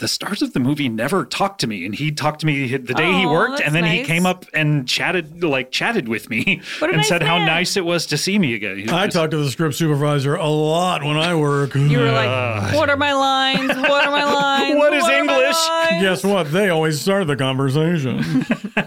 Speaker 4: The stars of the movie never talked to me, and he talked to me the day he
Speaker 2: Aw,
Speaker 4: worked,
Speaker 2: that's
Speaker 4: and then he
Speaker 2: nice.
Speaker 4: came up and chatted, like chatted with me,
Speaker 2: What a
Speaker 4: and
Speaker 2: nice
Speaker 4: said how
Speaker 2: man.
Speaker 4: nice it was to see me again. He
Speaker 3: I
Speaker 4: was- [laughs]
Speaker 3: talk to the script supervisor a lot when I work.
Speaker 2: You were like, "What are my lines? What
Speaker 4: [laughs]
Speaker 2: are my lines?
Speaker 4: What is
Speaker 2: are my
Speaker 4: English?"
Speaker 2: lines?"
Speaker 3: [laughs] Guess what? They always start the conversation.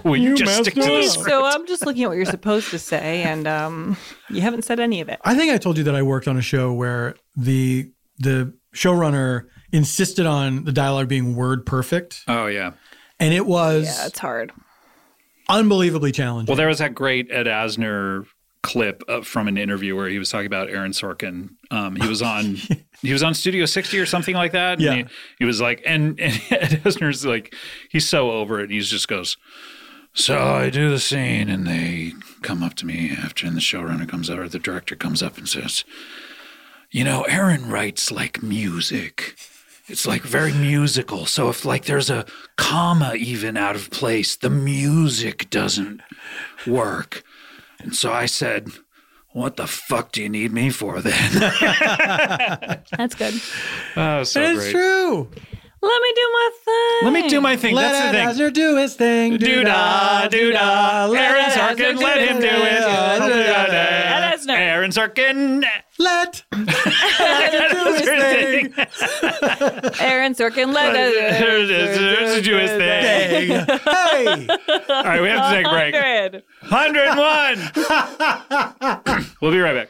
Speaker 4: Will you,
Speaker 3: You
Speaker 4: just stick to
Speaker 3: messed
Speaker 4: the
Speaker 3: up.
Speaker 2: Hey,
Speaker 4: script?
Speaker 2: so I'm just looking at what you're supposed to say, and um, you haven't said any of it.
Speaker 3: I think I told you that I worked on a show where the the showrunner insisted on the dialogue being word perfect,
Speaker 4: Oh yeah.
Speaker 3: and it was
Speaker 2: Yeah, it's hard.
Speaker 3: unbelievably challenging.
Speaker 4: Well, there was that great Ed Asner clip uh, from an interview where he was talking about Aaron Sorkin. Um, he was on he was on Studio 60 or something like that. and
Speaker 3: Yeah.
Speaker 4: he, he was like, and, [laughs] and Ed Asner's like, he's so over it. And he just goes, so I do the scene, and they come up to me after, and the showrunner comes over, the director comes up and says, you know, Aaron writes like music. It's like very musical. So if like there's a comma even out of place, the music doesn't work. And so I said, "What the fuck do you need me for then?"
Speaker 2: That's good.
Speaker 4: oh, [laughs] so
Speaker 3: it's true.
Speaker 2: Let me do my thing.
Speaker 4: Let me do my thing.
Speaker 3: Let
Speaker 4: That's the thing.
Speaker 3: Ed Asner do his thing.
Speaker 4: Do da do da. Aaron Sorkin, let him do
Speaker 2: Ed
Speaker 4: it.
Speaker 2: Asner.
Speaker 4: Aaron Sorkin. [laughs]
Speaker 3: Let Ed Asner do his thing.
Speaker 2: Aaron Sorkin. Let
Speaker 4: Let's do his thing.
Speaker 3: hey,
Speaker 4: [laughs] All right, we have to take a break.
Speaker 2: Hundred.
Speaker 4: 101. we'll be right back.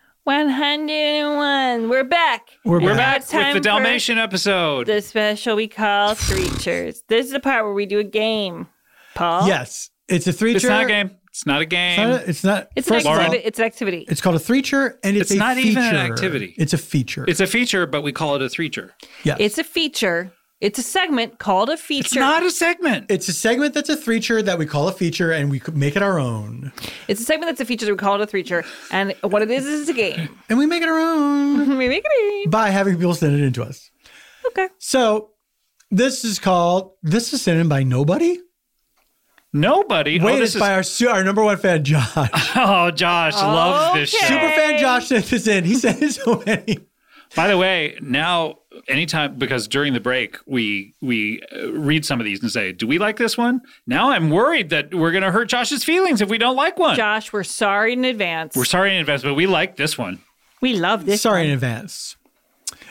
Speaker 2: 101. We're back.
Speaker 3: We're
Speaker 4: We're
Speaker 3: back.
Speaker 4: back with
Speaker 2: time
Speaker 4: the
Speaker 2: for
Speaker 4: Dalmatian episode.
Speaker 2: The special we
Speaker 3: [sighs]
Speaker 2: call Creatures. This is the part where we do a game, Paul.
Speaker 3: Yes, it's a three.
Speaker 4: it's not a game. It's not a game.
Speaker 3: It's not.
Speaker 2: It's an
Speaker 3: first of all,
Speaker 2: activity. It's an activity.
Speaker 3: It's called a feature, and
Speaker 4: It's
Speaker 3: it's, a
Speaker 4: not
Speaker 3: feature.
Speaker 4: even an activity.
Speaker 3: It's a feature.
Speaker 4: It's a feature, but we call it a feature.
Speaker 3: yes.
Speaker 2: It's a feature. It's a segment called a feature.
Speaker 4: It's not a segment.
Speaker 3: It's a segment that's a feature that we call a feature, and we could make it our own.
Speaker 2: It's a segment that's a feature. so We call it a feature. And what it is is a
Speaker 3: [laughs]
Speaker 2: game.
Speaker 3: And we make it our own
Speaker 2: we make it.
Speaker 3: by having people send it in to us.
Speaker 2: a- Okay.
Speaker 3: So this is called "This is sent in by nobody."
Speaker 4: Nobody. oh,
Speaker 3: Wait,
Speaker 4: this
Speaker 3: it's
Speaker 4: is,
Speaker 3: by our su- our number one fan, Josh.
Speaker 4: [laughs] oh, Josh loves this
Speaker 2: Okay.
Speaker 4: show.
Speaker 3: Super fan Josh sent this in. He sent in so many.
Speaker 4: By the way, now anytime because during the break we we uh, read some of these and say, "Do we like this one?" Now I'm worried that we're going to hurt Josh's feelings if we don't like one.
Speaker 2: Josh, we're sorry in advance.
Speaker 4: We're sorry in advance, but we like this one.
Speaker 2: we love this.
Speaker 3: Sorry in advance.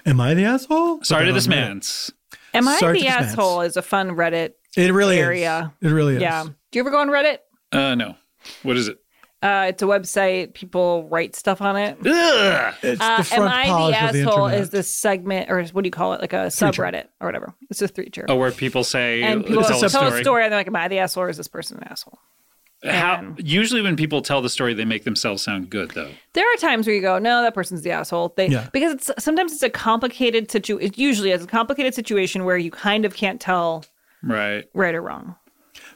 Speaker 3: Am I the asshole?
Speaker 4: Sorry to this
Speaker 3: But I'm
Speaker 4: man's.
Speaker 2: Am I
Speaker 3: Sorry to
Speaker 2: the
Speaker 3: this man's.
Speaker 2: asshole? Is a fun Reddit.
Speaker 3: not. It really
Speaker 2: Area.
Speaker 3: is. It really is.
Speaker 2: Yeah. Do you ever go on Reddit?
Speaker 4: Uh, no. What is it?
Speaker 2: Uh, it's a website. People write stuff on it.
Speaker 4: Ugh.
Speaker 3: It's
Speaker 2: Uh,
Speaker 3: the
Speaker 2: Am
Speaker 3: front
Speaker 2: I
Speaker 3: polish
Speaker 2: the
Speaker 3: of the
Speaker 2: asshole?
Speaker 3: internet.
Speaker 2: is this segment or is- what do you call it? Like a subreddit or whatever. It's a three tier.
Speaker 4: Oh, where people say
Speaker 2: and people
Speaker 4: tell
Speaker 2: tell,
Speaker 4: a
Speaker 2: a
Speaker 4: story.
Speaker 2: story and they're like, "Am I the asshole or is this person an asshole?"
Speaker 4: How, usually, when people tell the story, they make themselves sound good, though.
Speaker 2: There are times where you go, "No, that person's the asshole." They
Speaker 3: Yeah.
Speaker 2: because it's sometimes it's a complicated situation. It usually is a complicated situation where you kind of can't tell
Speaker 4: Right.
Speaker 2: right or wrong.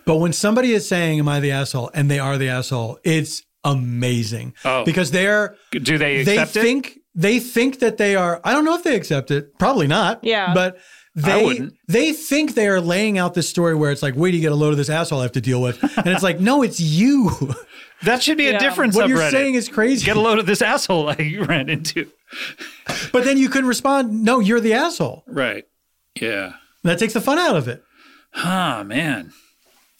Speaker 3: But when somebody is saying, Am I the asshole? and they are the asshole, it's amazing.
Speaker 4: Oh.
Speaker 3: Because they're
Speaker 4: Do they
Speaker 3: they
Speaker 4: accept it?
Speaker 3: think they think that they are I don't know if they accept it. Probably not.
Speaker 2: Yeah.
Speaker 3: But
Speaker 4: I
Speaker 3: they
Speaker 4: wouldn't.
Speaker 3: they think they are laying out this story where it's like, wait, you get a load of this asshole I have to deal with. And it's like, [laughs] no, it's you.
Speaker 4: That should be a
Speaker 2: Yeah.
Speaker 4: different
Speaker 3: what
Speaker 4: subreddit.
Speaker 3: you're saying is crazy.
Speaker 4: Get a load of this [laughs] asshole I ran into.
Speaker 3: but then you could respond, no, you're the asshole.
Speaker 4: Right. Yeah.
Speaker 3: That takes the fun out of it.
Speaker 4: Ah, man.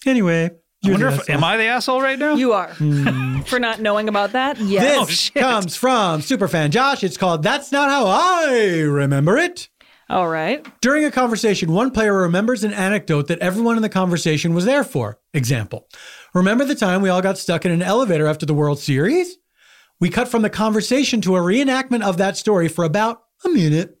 Speaker 3: Anyway,
Speaker 4: I
Speaker 3: you're
Speaker 4: wonder
Speaker 3: the
Speaker 4: if,
Speaker 3: asshole.
Speaker 4: am I the asshole right now?
Speaker 2: You are
Speaker 4: Hmm.
Speaker 2: [laughs] for not knowing about that. Yes.
Speaker 4: Oh,
Speaker 3: This
Speaker 4: shit.
Speaker 3: comes from Superfan Josh. It's called That's Not How I Remember It.
Speaker 2: All right.
Speaker 3: During a conversation, one player remembers an anecdote that everyone in the conversation was there for. Example Remember the time we all got stuck in an elevator after the World Series? We cut from the conversation to a reenactment of that story for about a minute.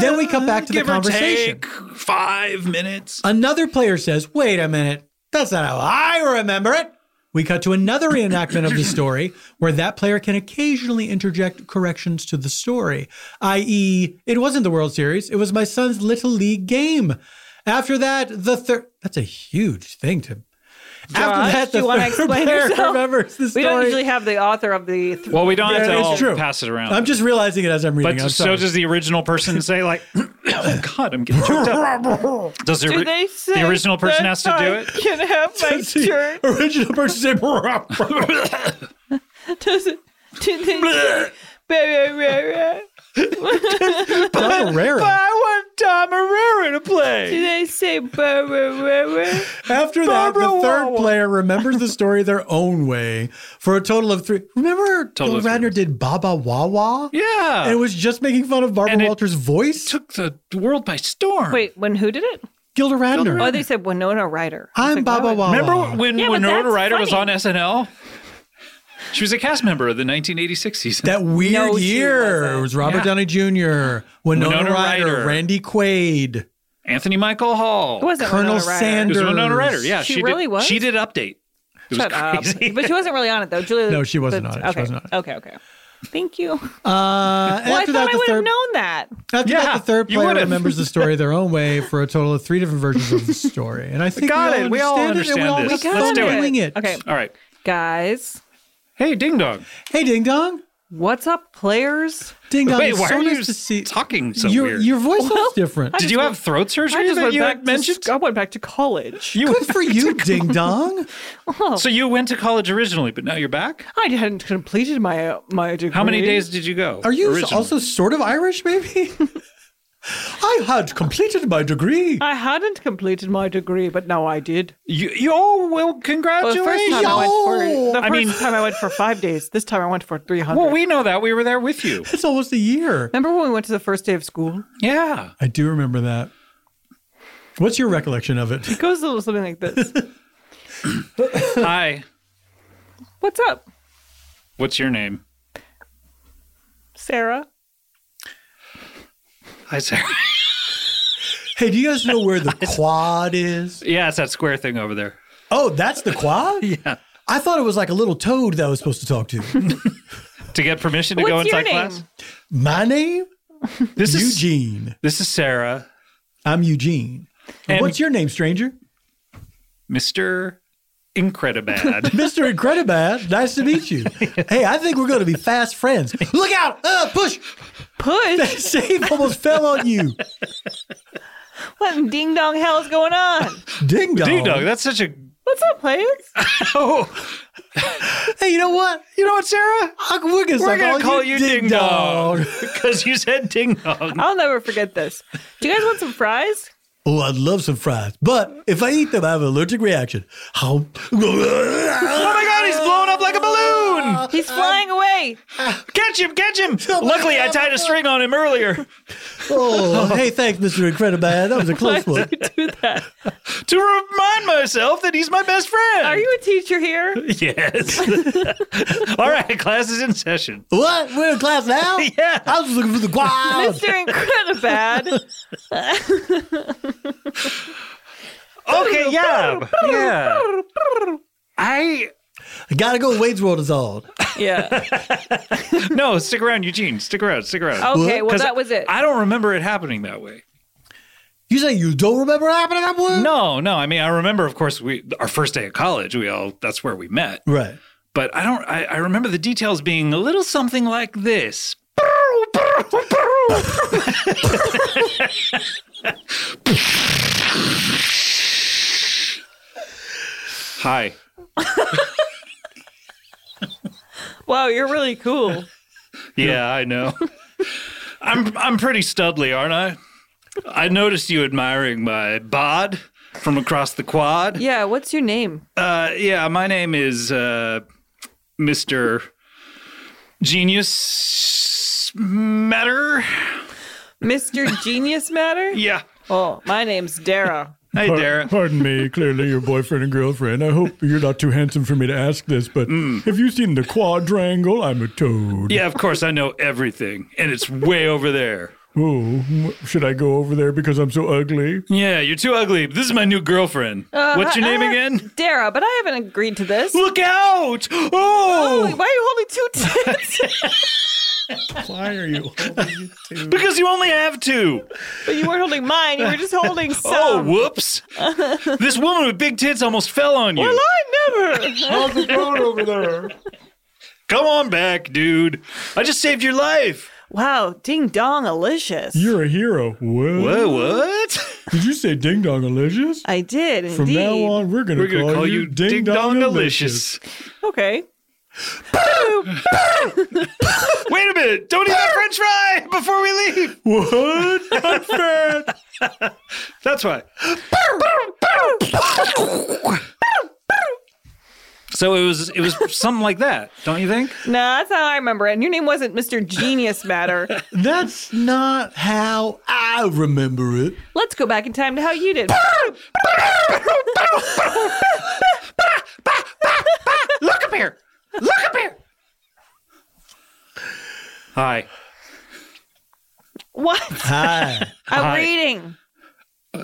Speaker 3: Then we come back to the
Speaker 4: Give or
Speaker 3: conversation.
Speaker 4: take five minutes.
Speaker 3: Another player says, Wait a minute, that's not how I remember it. We cut to another reenactment of the story where that player can occasionally interject corrections to the story, i.e., it wasn't the World Series, it was my son's Little League game. After that, the third. That's a huge thing to.
Speaker 2: Josh, do you wanna explain yourself?
Speaker 3: [laughs] remembers the
Speaker 2: We
Speaker 3: story.
Speaker 2: don't usually have the author of the. Th-
Speaker 4: Well, we don't have
Speaker 3: Yeah,
Speaker 4: to
Speaker 3: it's
Speaker 4: all
Speaker 3: true.
Speaker 4: pass it around.
Speaker 3: I'm just realizing it as I'm reading.
Speaker 4: But
Speaker 3: I'm
Speaker 4: so
Speaker 3: sorry.
Speaker 4: does the original person say like, [coughs] "Oh God, I'm getting choked up." Does the,
Speaker 2: do
Speaker 4: ori-
Speaker 2: they say
Speaker 4: the original person
Speaker 2: that
Speaker 4: has to do
Speaker 2: I [laughs]
Speaker 4: it? [laughs]
Speaker 2: Can have my
Speaker 3: Does [laughs] the
Speaker 2: shirt.
Speaker 3: original person
Speaker 2: [laughs]
Speaker 3: say,
Speaker 2: Does it? Do they say, "Ba-ba-ba-ba"?
Speaker 3: Donna Herrera.
Speaker 4: want Tom Herrera to
Speaker 2: Do
Speaker 4: play.
Speaker 2: they
Speaker 4: [laughs]
Speaker 2: say "Ba-ba-ba-ba"?
Speaker 3: After that,
Speaker 2: Barbara
Speaker 3: the third
Speaker 2: Wawa.
Speaker 3: player remembers the story their own way for a total of three. Remember,
Speaker 4: Total
Speaker 3: Bill
Speaker 4: of three.
Speaker 3: Radner did Baba Wawa?
Speaker 4: Yeah,
Speaker 3: And it was just making fun of Barbara
Speaker 4: And it
Speaker 3: Walters' voice?
Speaker 4: took the world by storm.
Speaker 2: Wait, when who did it?
Speaker 3: Gilda Radner.
Speaker 2: Oh, they said Winona Ryder. I was
Speaker 3: I'm
Speaker 2: like, why
Speaker 3: Baba
Speaker 2: would-
Speaker 3: Wawa.
Speaker 4: remember when
Speaker 2: Yeah, but
Speaker 4: Winona
Speaker 2: that's
Speaker 4: Ryder was on
Speaker 2: funny.
Speaker 4: SNL? She was a cast member of the 1986 season.
Speaker 3: that weird
Speaker 2: No, she
Speaker 3: year?
Speaker 2: wasn't.
Speaker 3: It was Robert
Speaker 4: Yeah.
Speaker 3: Downey Jr., Winona,
Speaker 4: Winona
Speaker 3: Ryder,
Speaker 4: Ryder.
Speaker 3: Randy Quaid, Uh,
Speaker 4: Anthony Michael Hall.
Speaker 2: It wasn't
Speaker 3: Colonel
Speaker 2: Winona Ryder.
Speaker 4: It
Speaker 3: Sanders.
Speaker 4: was Winona Ryder. Yeah,
Speaker 2: She
Speaker 4: did-
Speaker 2: really was?
Speaker 4: She did update. It was
Speaker 2: Shut up. [laughs]
Speaker 3: [laughs]
Speaker 4: crazy.
Speaker 2: But she wasn't really on it though. Julia.
Speaker 3: No, she wasn't
Speaker 2: but-
Speaker 3: on it. She
Speaker 2: Okay.
Speaker 3: wasn't on
Speaker 2: Okay. Okay. Thank you. Well,
Speaker 3: Uh,
Speaker 2: I thought
Speaker 3: after that,
Speaker 2: I
Speaker 3: the
Speaker 2: would have
Speaker 3: third,
Speaker 2: known that.
Speaker 3: after
Speaker 4: Yeah,
Speaker 3: that, the third
Speaker 4: you
Speaker 3: player
Speaker 4: would've.
Speaker 3: remembers the story their own way for a total of three different versions of the story. And I think
Speaker 4: Got
Speaker 3: we all
Speaker 4: it. We all
Speaker 3: understand, it, and
Speaker 4: understand this.
Speaker 3: we all
Speaker 4: Let's
Speaker 3: have
Speaker 4: do
Speaker 3: fun
Speaker 4: it.
Speaker 3: doing it.
Speaker 2: Okay,
Speaker 4: All right.
Speaker 2: guys.
Speaker 4: Hey, ding dong.
Speaker 3: Hey, Ding Dong.
Speaker 2: What's up, players?
Speaker 3: Ding Dong.
Speaker 4: Wait,
Speaker 3: it's
Speaker 4: why
Speaker 3: so
Speaker 4: are
Speaker 3: nice
Speaker 4: you
Speaker 3: to see
Speaker 4: talking so
Speaker 3: your,
Speaker 4: weird?
Speaker 3: Your voice sounds different.
Speaker 4: Did you have throat surgery that you had mentioned?
Speaker 2: To, I went back to
Speaker 4: [laughs]
Speaker 2: college.
Speaker 4: you
Speaker 3: Good
Speaker 4: [laughs]
Speaker 3: for you, Ding Dong.
Speaker 4: so you went to college originally, but now you're back.
Speaker 2: I hadn't completed my uh, my degree.
Speaker 4: How many days did you go?
Speaker 3: Are you
Speaker 4: originally?
Speaker 3: also sort of Irish, maybe? [laughs] I had completed my degree.
Speaker 2: I hadn't completed my degree, but now I did.
Speaker 4: You, you well,
Speaker 2: Well, the
Speaker 4: congratulations.
Speaker 2: first time I went for the
Speaker 4: I
Speaker 2: first
Speaker 4: mean-
Speaker 2: time I went for five days. This time I went for three hundred.
Speaker 4: well, we know that. We were there with you.
Speaker 3: It's almost a year.
Speaker 2: Remember when we went to the first day of school? [laughs]
Speaker 4: Yeah.
Speaker 3: I do remember that. What's your recollection of it? [laughs]
Speaker 2: It goes a little something like this.
Speaker 4: Hi.
Speaker 2: What's up,
Speaker 4: What's your name?
Speaker 2: Sarah?
Speaker 4: Hi, Sarah.
Speaker 3: Hey, do you guys know where the quad is?
Speaker 4: [laughs] yeah, it's that square thing over there.
Speaker 3: Oh, that's the
Speaker 4: [laughs]
Speaker 3: quad? Yeah. I thought it was like a little toad that I was supposed to
Speaker 4: [laughs]
Speaker 3: talk to.
Speaker 4: To get permission to go
Speaker 2: What's your
Speaker 4: inside
Speaker 2: name?
Speaker 4: class?
Speaker 3: My name?
Speaker 4: This is
Speaker 3: Eugene.
Speaker 4: this is Sarah.
Speaker 3: I'm Eugene.
Speaker 4: And-
Speaker 3: What's your name, stranger?
Speaker 4: Mr.
Speaker 2: [laughs]
Speaker 4: Incredibad.
Speaker 3: Mr. Incredibad, nice to meet you. Hey, I think we're going to be fast friends. Look out! Uh, push! [laughs]
Speaker 2: Push.
Speaker 4: [laughs]
Speaker 3: Save almost fell on you.
Speaker 2: What in ding dong hell is going on?
Speaker 3: Ding dong.
Speaker 2: Oh.
Speaker 4: Ding dong, that's such a
Speaker 2: What's up, players?
Speaker 4: Oh,
Speaker 3: Hey, you know what?
Speaker 4: you know what, Sarah?
Speaker 3: I- We're going
Speaker 4: We're gonna call you Ding Dong
Speaker 3: dong.
Speaker 4: because you said Ding Dong.
Speaker 2: I'll never forget this. Do you guys want some fries?
Speaker 3: Oh, I'd love some fries, but if I eat them, I have an allergic reaction.
Speaker 4: [laughs]
Speaker 3: How?
Speaker 4: Oh my God, he's blown up like a balloon!
Speaker 2: He's flying away.
Speaker 4: [laughs] Catch him! Catch him!
Speaker 2: Oh
Speaker 4: Luckily, I tied a string on him earlier.
Speaker 3: Oh, hey, thanks, Mr. Incredibad. That was a
Speaker 4: [laughs]
Speaker 3: close one.
Speaker 2: Do that.
Speaker 4: to remind myself that he's my best friend.
Speaker 2: Are you a teacher
Speaker 4: [laughs]
Speaker 2: here? [laughs]
Speaker 4: Yes. All right, class is in session.
Speaker 3: What? We're in class now?
Speaker 4: [laughs] Yeah.
Speaker 3: I was looking for the quad.
Speaker 2: Mr.
Speaker 4: [laughs]
Speaker 2: Incredibad.
Speaker 4: Okay, yeah. Yeah. I
Speaker 3: Gotta go. Wade's World is on.
Speaker 2: Yeah.
Speaker 4: no, stick around, Eugene. Stick around, stick around.
Speaker 2: Okay, well
Speaker 4: 'Cause
Speaker 2: that was it.
Speaker 4: I don't remember it happening that way.
Speaker 3: You say you don't remember what happened that one?
Speaker 4: No, no. I mean, I remember, of course, we our first day of college. We all that's where we met.
Speaker 3: Right.
Speaker 4: But I don't. I, I remember the details being a little something like this. Hi.
Speaker 2: wow, you're really cool.
Speaker 4: Yeah, I know. I'm I'm pretty studly, aren't I? I noticed you admiring my bod from across the quad.
Speaker 2: Yeah, what's your name?
Speaker 4: Uh, yeah, my name is uh, Mr. Genius Matter.
Speaker 2: Mr. Genius Matter?
Speaker 4: [laughs] Yeah.
Speaker 2: Oh, my name's Dara.
Speaker 4: Hey, Darren.
Speaker 3: Pardon me, clearly your boyfriend and girlfriend. I hope you're not too handsome for me to ask this, but have you seen the quadrangle? I'm a toad.
Speaker 4: Yeah, of course I know everything, and it's way over there.
Speaker 3: Oh, should I go over there because I'm so ugly?
Speaker 4: Yeah, you're too ugly. This is my new girlfriend.
Speaker 2: Uh,
Speaker 4: What's your name
Speaker 2: I- I-
Speaker 4: again?
Speaker 2: Dara, but I haven't agreed to this.
Speaker 4: Look out!
Speaker 2: Why are
Speaker 4: Oh,
Speaker 2: you holding two tits? [laughs]
Speaker 3: Why are you?
Speaker 4: because you only have two.
Speaker 2: but you weren't holding mine. You were just holding some.
Speaker 4: [laughs] Oh,
Speaker 2: [laughs]
Speaker 4: whoops! this woman with big tits almost fell on you.
Speaker 2: I never.
Speaker 3: How's the toad over there?
Speaker 4: Come on back, dude. I just saved your life.
Speaker 2: Wow, ding dong, Alicious.
Speaker 3: You're a hero. What?
Speaker 4: Whoa, what?
Speaker 3: Did you say ding dong delicious?
Speaker 2: I did indeed.
Speaker 3: From now on, we're gonna,
Speaker 4: We're gonna
Speaker 3: call, you ding dong delicious.
Speaker 4: delicious.
Speaker 2: Okay.
Speaker 4: Wait a minute! Don't eat that French fry [laughs] before we leave. [laughs]
Speaker 3: What? I'm fat.
Speaker 4: That's why. so it was it was something like that, don't you think?
Speaker 2: No, that's how I remember it. And your name wasn't Mr. Genius Matter.
Speaker 3: [laughs] That's not how I remember it.
Speaker 2: Let's go back in time to how you did.
Speaker 4: Look up here. Look up here. Hi.
Speaker 3: [laughs]
Speaker 2: what?
Speaker 3: Hi.
Speaker 2: I'm
Speaker 4: Hi.
Speaker 2: reading.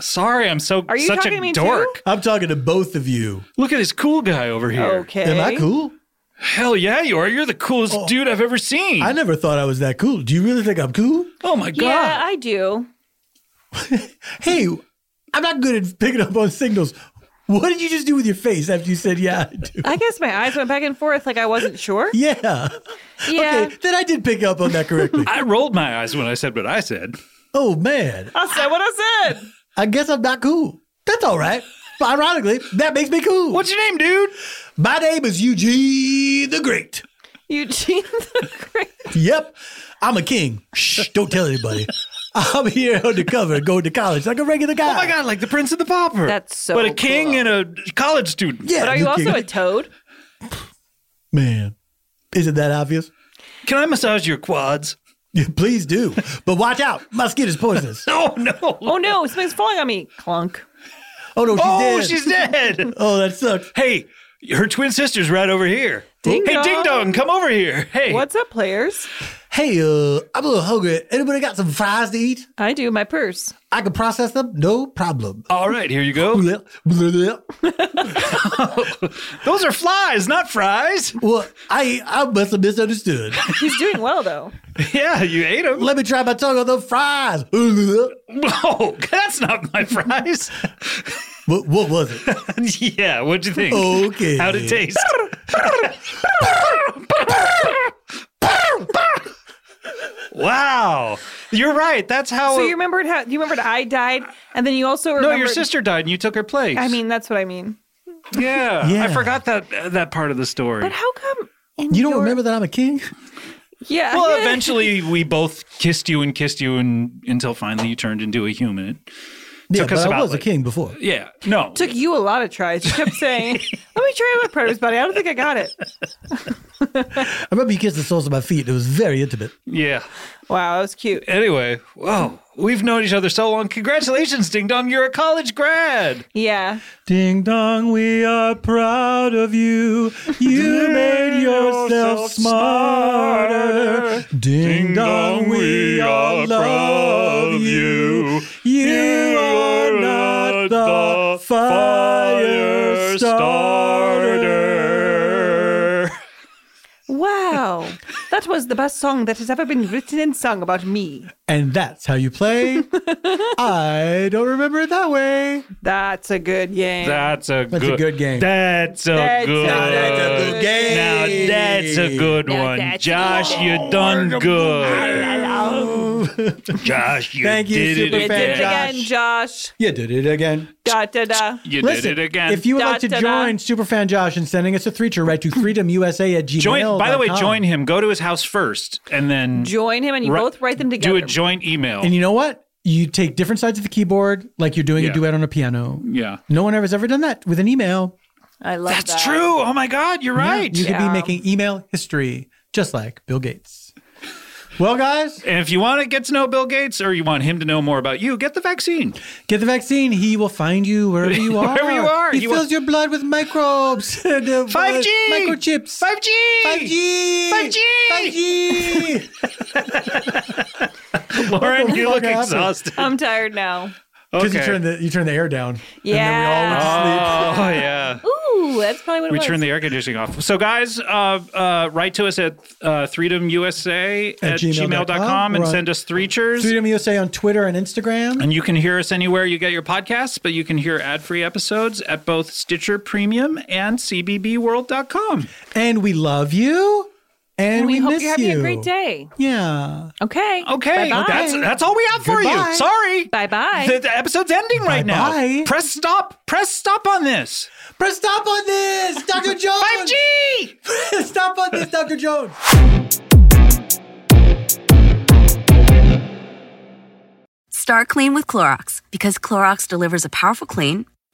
Speaker 4: Sorry, I'm so
Speaker 2: Are you
Speaker 4: such
Speaker 2: talking
Speaker 4: a
Speaker 2: to me too?
Speaker 4: dork.
Speaker 3: I'm talking to both of you.
Speaker 4: Look at this cool guy over here.
Speaker 2: Okay.
Speaker 3: Am I cool?
Speaker 4: Hell yeah, you are. You're the coolest dude I've ever seen.
Speaker 3: I never thought I was that cool. Do you really think I'm cool?
Speaker 4: oh my god.
Speaker 2: Yeah, I do.
Speaker 3: Hey, I'm not good at picking up on signals. What did you just do with your face after you said yeah?
Speaker 2: [laughs]
Speaker 3: I do?
Speaker 2: I guess my eyes went back and forth like I wasn't sure.
Speaker 3: [laughs] Yeah.
Speaker 2: Yeah.
Speaker 3: Okay, then I did pick up on
Speaker 2: [laughs]
Speaker 3: that correctly.
Speaker 4: I rolled my eyes when I said what I said.
Speaker 3: oh man,
Speaker 2: I said what I said.
Speaker 3: I guess I'm not cool. That's all right. Ironically, that makes me cool.
Speaker 4: What's your name, dude?
Speaker 3: My name is Eugene the Great.
Speaker 2: [laughs] Eugene the Great. [laughs]
Speaker 3: Yep, I'm a king. Shh, don't tell anybody. I'm here undercover, going to college like a regular guy.
Speaker 4: Oh my god, like the Prince of the Pauper.
Speaker 2: That's so
Speaker 4: But a king
Speaker 2: cool.
Speaker 4: and a college student.
Speaker 3: Yeah,
Speaker 2: But are you
Speaker 3: the
Speaker 2: also
Speaker 3: king.
Speaker 2: a toad?
Speaker 3: man? Isn't that obvious?
Speaker 4: Can I massage your quads? [laughs]
Speaker 3: Yeah, please do, but watch out. My skin
Speaker 4: [laughs]
Speaker 3: is poisonous.
Speaker 4: Oh no.
Speaker 2: Oh no, something's falling on me. Clunk.
Speaker 3: Oh no, she's
Speaker 4: Oh,
Speaker 3: dead.
Speaker 4: she's
Speaker 2: [laughs]
Speaker 4: dead.
Speaker 3: Oh, that sucks.
Speaker 4: hey, her twin sister's right over here.
Speaker 2: Ding
Speaker 4: hey,
Speaker 2: dong.
Speaker 4: ding dong, come over here. Hey.
Speaker 2: What's up, players?
Speaker 3: Hey, uh, I'm a little hungry. Anybody got some fries to eat?
Speaker 2: I do my purse.
Speaker 3: I can process them,
Speaker 4: [laughs]
Speaker 3: no problem.
Speaker 4: All right, here you
Speaker 2: Oh,
Speaker 4: go.
Speaker 3: Bleh, bleh, bleh.
Speaker 4: Those are flies, not fries. [laughs]
Speaker 3: Well, I I must have misunderstood.
Speaker 2: He's doing well though.
Speaker 4: Yeah, you ate
Speaker 2: [laughs]
Speaker 4: them.
Speaker 3: Let me try my tongue on the fries. [laughs] What,
Speaker 4: Whoa, Oh, [laughs] that's not my fries. [laughs]
Speaker 3: what was it?
Speaker 4: yeah, what'd you think?
Speaker 3: Okay.
Speaker 4: How'd it taste? wow. You're right. That's how.
Speaker 2: So you remembered how you remembered I died, and then you also
Speaker 4: Oh. no,
Speaker 2: remembered.
Speaker 4: your sister died and you took her place.
Speaker 2: I mean, that's what I mean.
Speaker 4: yeah.
Speaker 3: Yeah.
Speaker 4: I forgot that that part of the story.
Speaker 2: But how come? in
Speaker 3: You don't
Speaker 2: your-
Speaker 3: remember that I'm a king?
Speaker 2: Yeah. [laughs]
Speaker 4: well, eventually we both kissed you and kissed you and until finally you turned into a human. It
Speaker 3: Yeah,
Speaker 4: took us
Speaker 3: but I
Speaker 4: about,
Speaker 3: was
Speaker 4: like-
Speaker 3: a king before.
Speaker 4: Yeah. No.
Speaker 2: took you a lot of tries. You kept saying, "Let me try my predator's body." I don't think I got it.
Speaker 3: I remember you kissed the soles of my feet. It was very intimate.
Speaker 4: yeah.
Speaker 2: Wow, that was cute.
Speaker 4: Anyway, whoa. We've known each other so long. Congratulations, Ding Dong. You're a college grad.
Speaker 2: Yeah.
Speaker 3: Ding dong, we are proud of you. You made yourself smarter. Ding dong, we all love you. You are not the fire starter.
Speaker 2: Wow, that was the best song that has ever been written and sung about me.
Speaker 3: And that's how
Speaker 4: [laughs]
Speaker 3: you play. I don't remember it that way.
Speaker 2: That's a good game.
Speaker 4: That's a
Speaker 3: That's a good game.
Speaker 4: That's a
Speaker 2: That's a
Speaker 4: good.
Speaker 2: good game.
Speaker 4: Now that's a good
Speaker 7: Now
Speaker 4: one,
Speaker 7: that's-
Speaker 4: Josh. you done good. [laughs] Josh, you
Speaker 3: Thank you,
Speaker 4: did it
Speaker 3: Superfan
Speaker 2: you did it
Speaker 4: again.
Speaker 2: again, Josh.
Speaker 3: You did it again.
Speaker 2: Da da da.
Speaker 4: You
Speaker 3: Listen,
Speaker 4: did it again.
Speaker 3: If you would
Speaker 2: Da,
Speaker 3: like to
Speaker 2: da, da.
Speaker 3: join Superfan Josh in sending us a feature, write to freedomusa at gmail.
Speaker 4: join, by the way, join him. Go to his house first, and then
Speaker 2: Join him, and you
Speaker 4: ri-
Speaker 2: both write them together.
Speaker 4: Do a joint email.
Speaker 3: And you know what? You take different sides of the keyboard, like you're doing
Speaker 4: Yeah.
Speaker 3: a duet on a piano.
Speaker 4: yeah,
Speaker 3: No one ever has ever done that with an email.
Speaker 2: I love
Speaker 4: that's
Speaker 2: that.
Speaker 4: true. Oh my God, you're right.
Speaker 3: You could
Speaker 2: Yeah.
Speaker 3: be making email history, just like Bill Gates. Well, guys,
Speaker 4: and if you want to get to know Bill Gates, or you want him to know more about you, get the vaccine.
Speaker 3: get the vaccine. He will find you
Speaker 4: [laughs]
Speaker 3: wherever you are.
Speaker 4: Wherever you are,
Speaker 3: He,
Speaker 4: he will-
Speaker 3: fills your blood with microbes. [laughs] and, uh,
Speaker 4: 5G!
Speaker 3: microchips.
Speaker 4: 5G.
Speaker 3: 5G.
Speaker 4: 5G!
Speaker 3: 5G.
Speaker 4: Lauren, you
Speaker 3: fuck
Speaker 4: look
Speaker 3: happened?
Speaker 4: exhausted.
Speaker 2: I'm tired now.
Speaker 3: Because
Speaker 4: Okay.
Speaker 3: you turn the you turn the air down.
Speaker 2: Yeah.
Speaker 4: Oh yeah.
Speaker 2: Ooh, that's probably what it
Speaker 4: We
Speaker 2: was.
Speaker 4: turn the air conditioning off. So, guys, uh, uh, write to us at uh, freedomusa at,
Speaker 3: At
Speaker 4: gmail.com,
Speaker 3: gmail.com,
Speaker 4: and
Speaker 3: or on
Speaker 4: send us three cheers.
Speaker 3: Freedom USA on Twitter and Instagram.
Speaker 4: And you can hear us anywhere you get your podcasts, but you can hear ad free episodes at both Stitcher Premium and CBBWorld.com.
Speaker 3: And we love you. And,
Speaker 2: And we,
Speaker 3: we,
Speaker 2: hope
Speaker 3: miss
Speaker 2: you're having
Speaker 3: you.
Speaker 2: a great day.
Speaker 3: Yeah.
Speaker 2: Okay.
Speaker 4: Okay,
Speaker 2: Bye
Speaker 4: that's
Speaker 2: bye.
Speaker 4: that's all we have for
Speaker 3: Goodbye.
Speaker 4: you. Sorry.
Speaker 2: Bye
Speaker 4: The,
Speaker 2: bye.
Speaker 4: the episode's ending right
Speaker 3: Bye-bye.
Speaker 4: now. Press stop. Press stop on this.
Speaker 3: Press stop on
Speaker 2: [laughs]
Speaker 3: this, Dr. Jones.
Speaker 4: 5G!
Speaker 3: Press [laughs] stop on this, Dr. Jones.
Speaker 7: Start clean with Clorox because Clorox delivers a powerful clean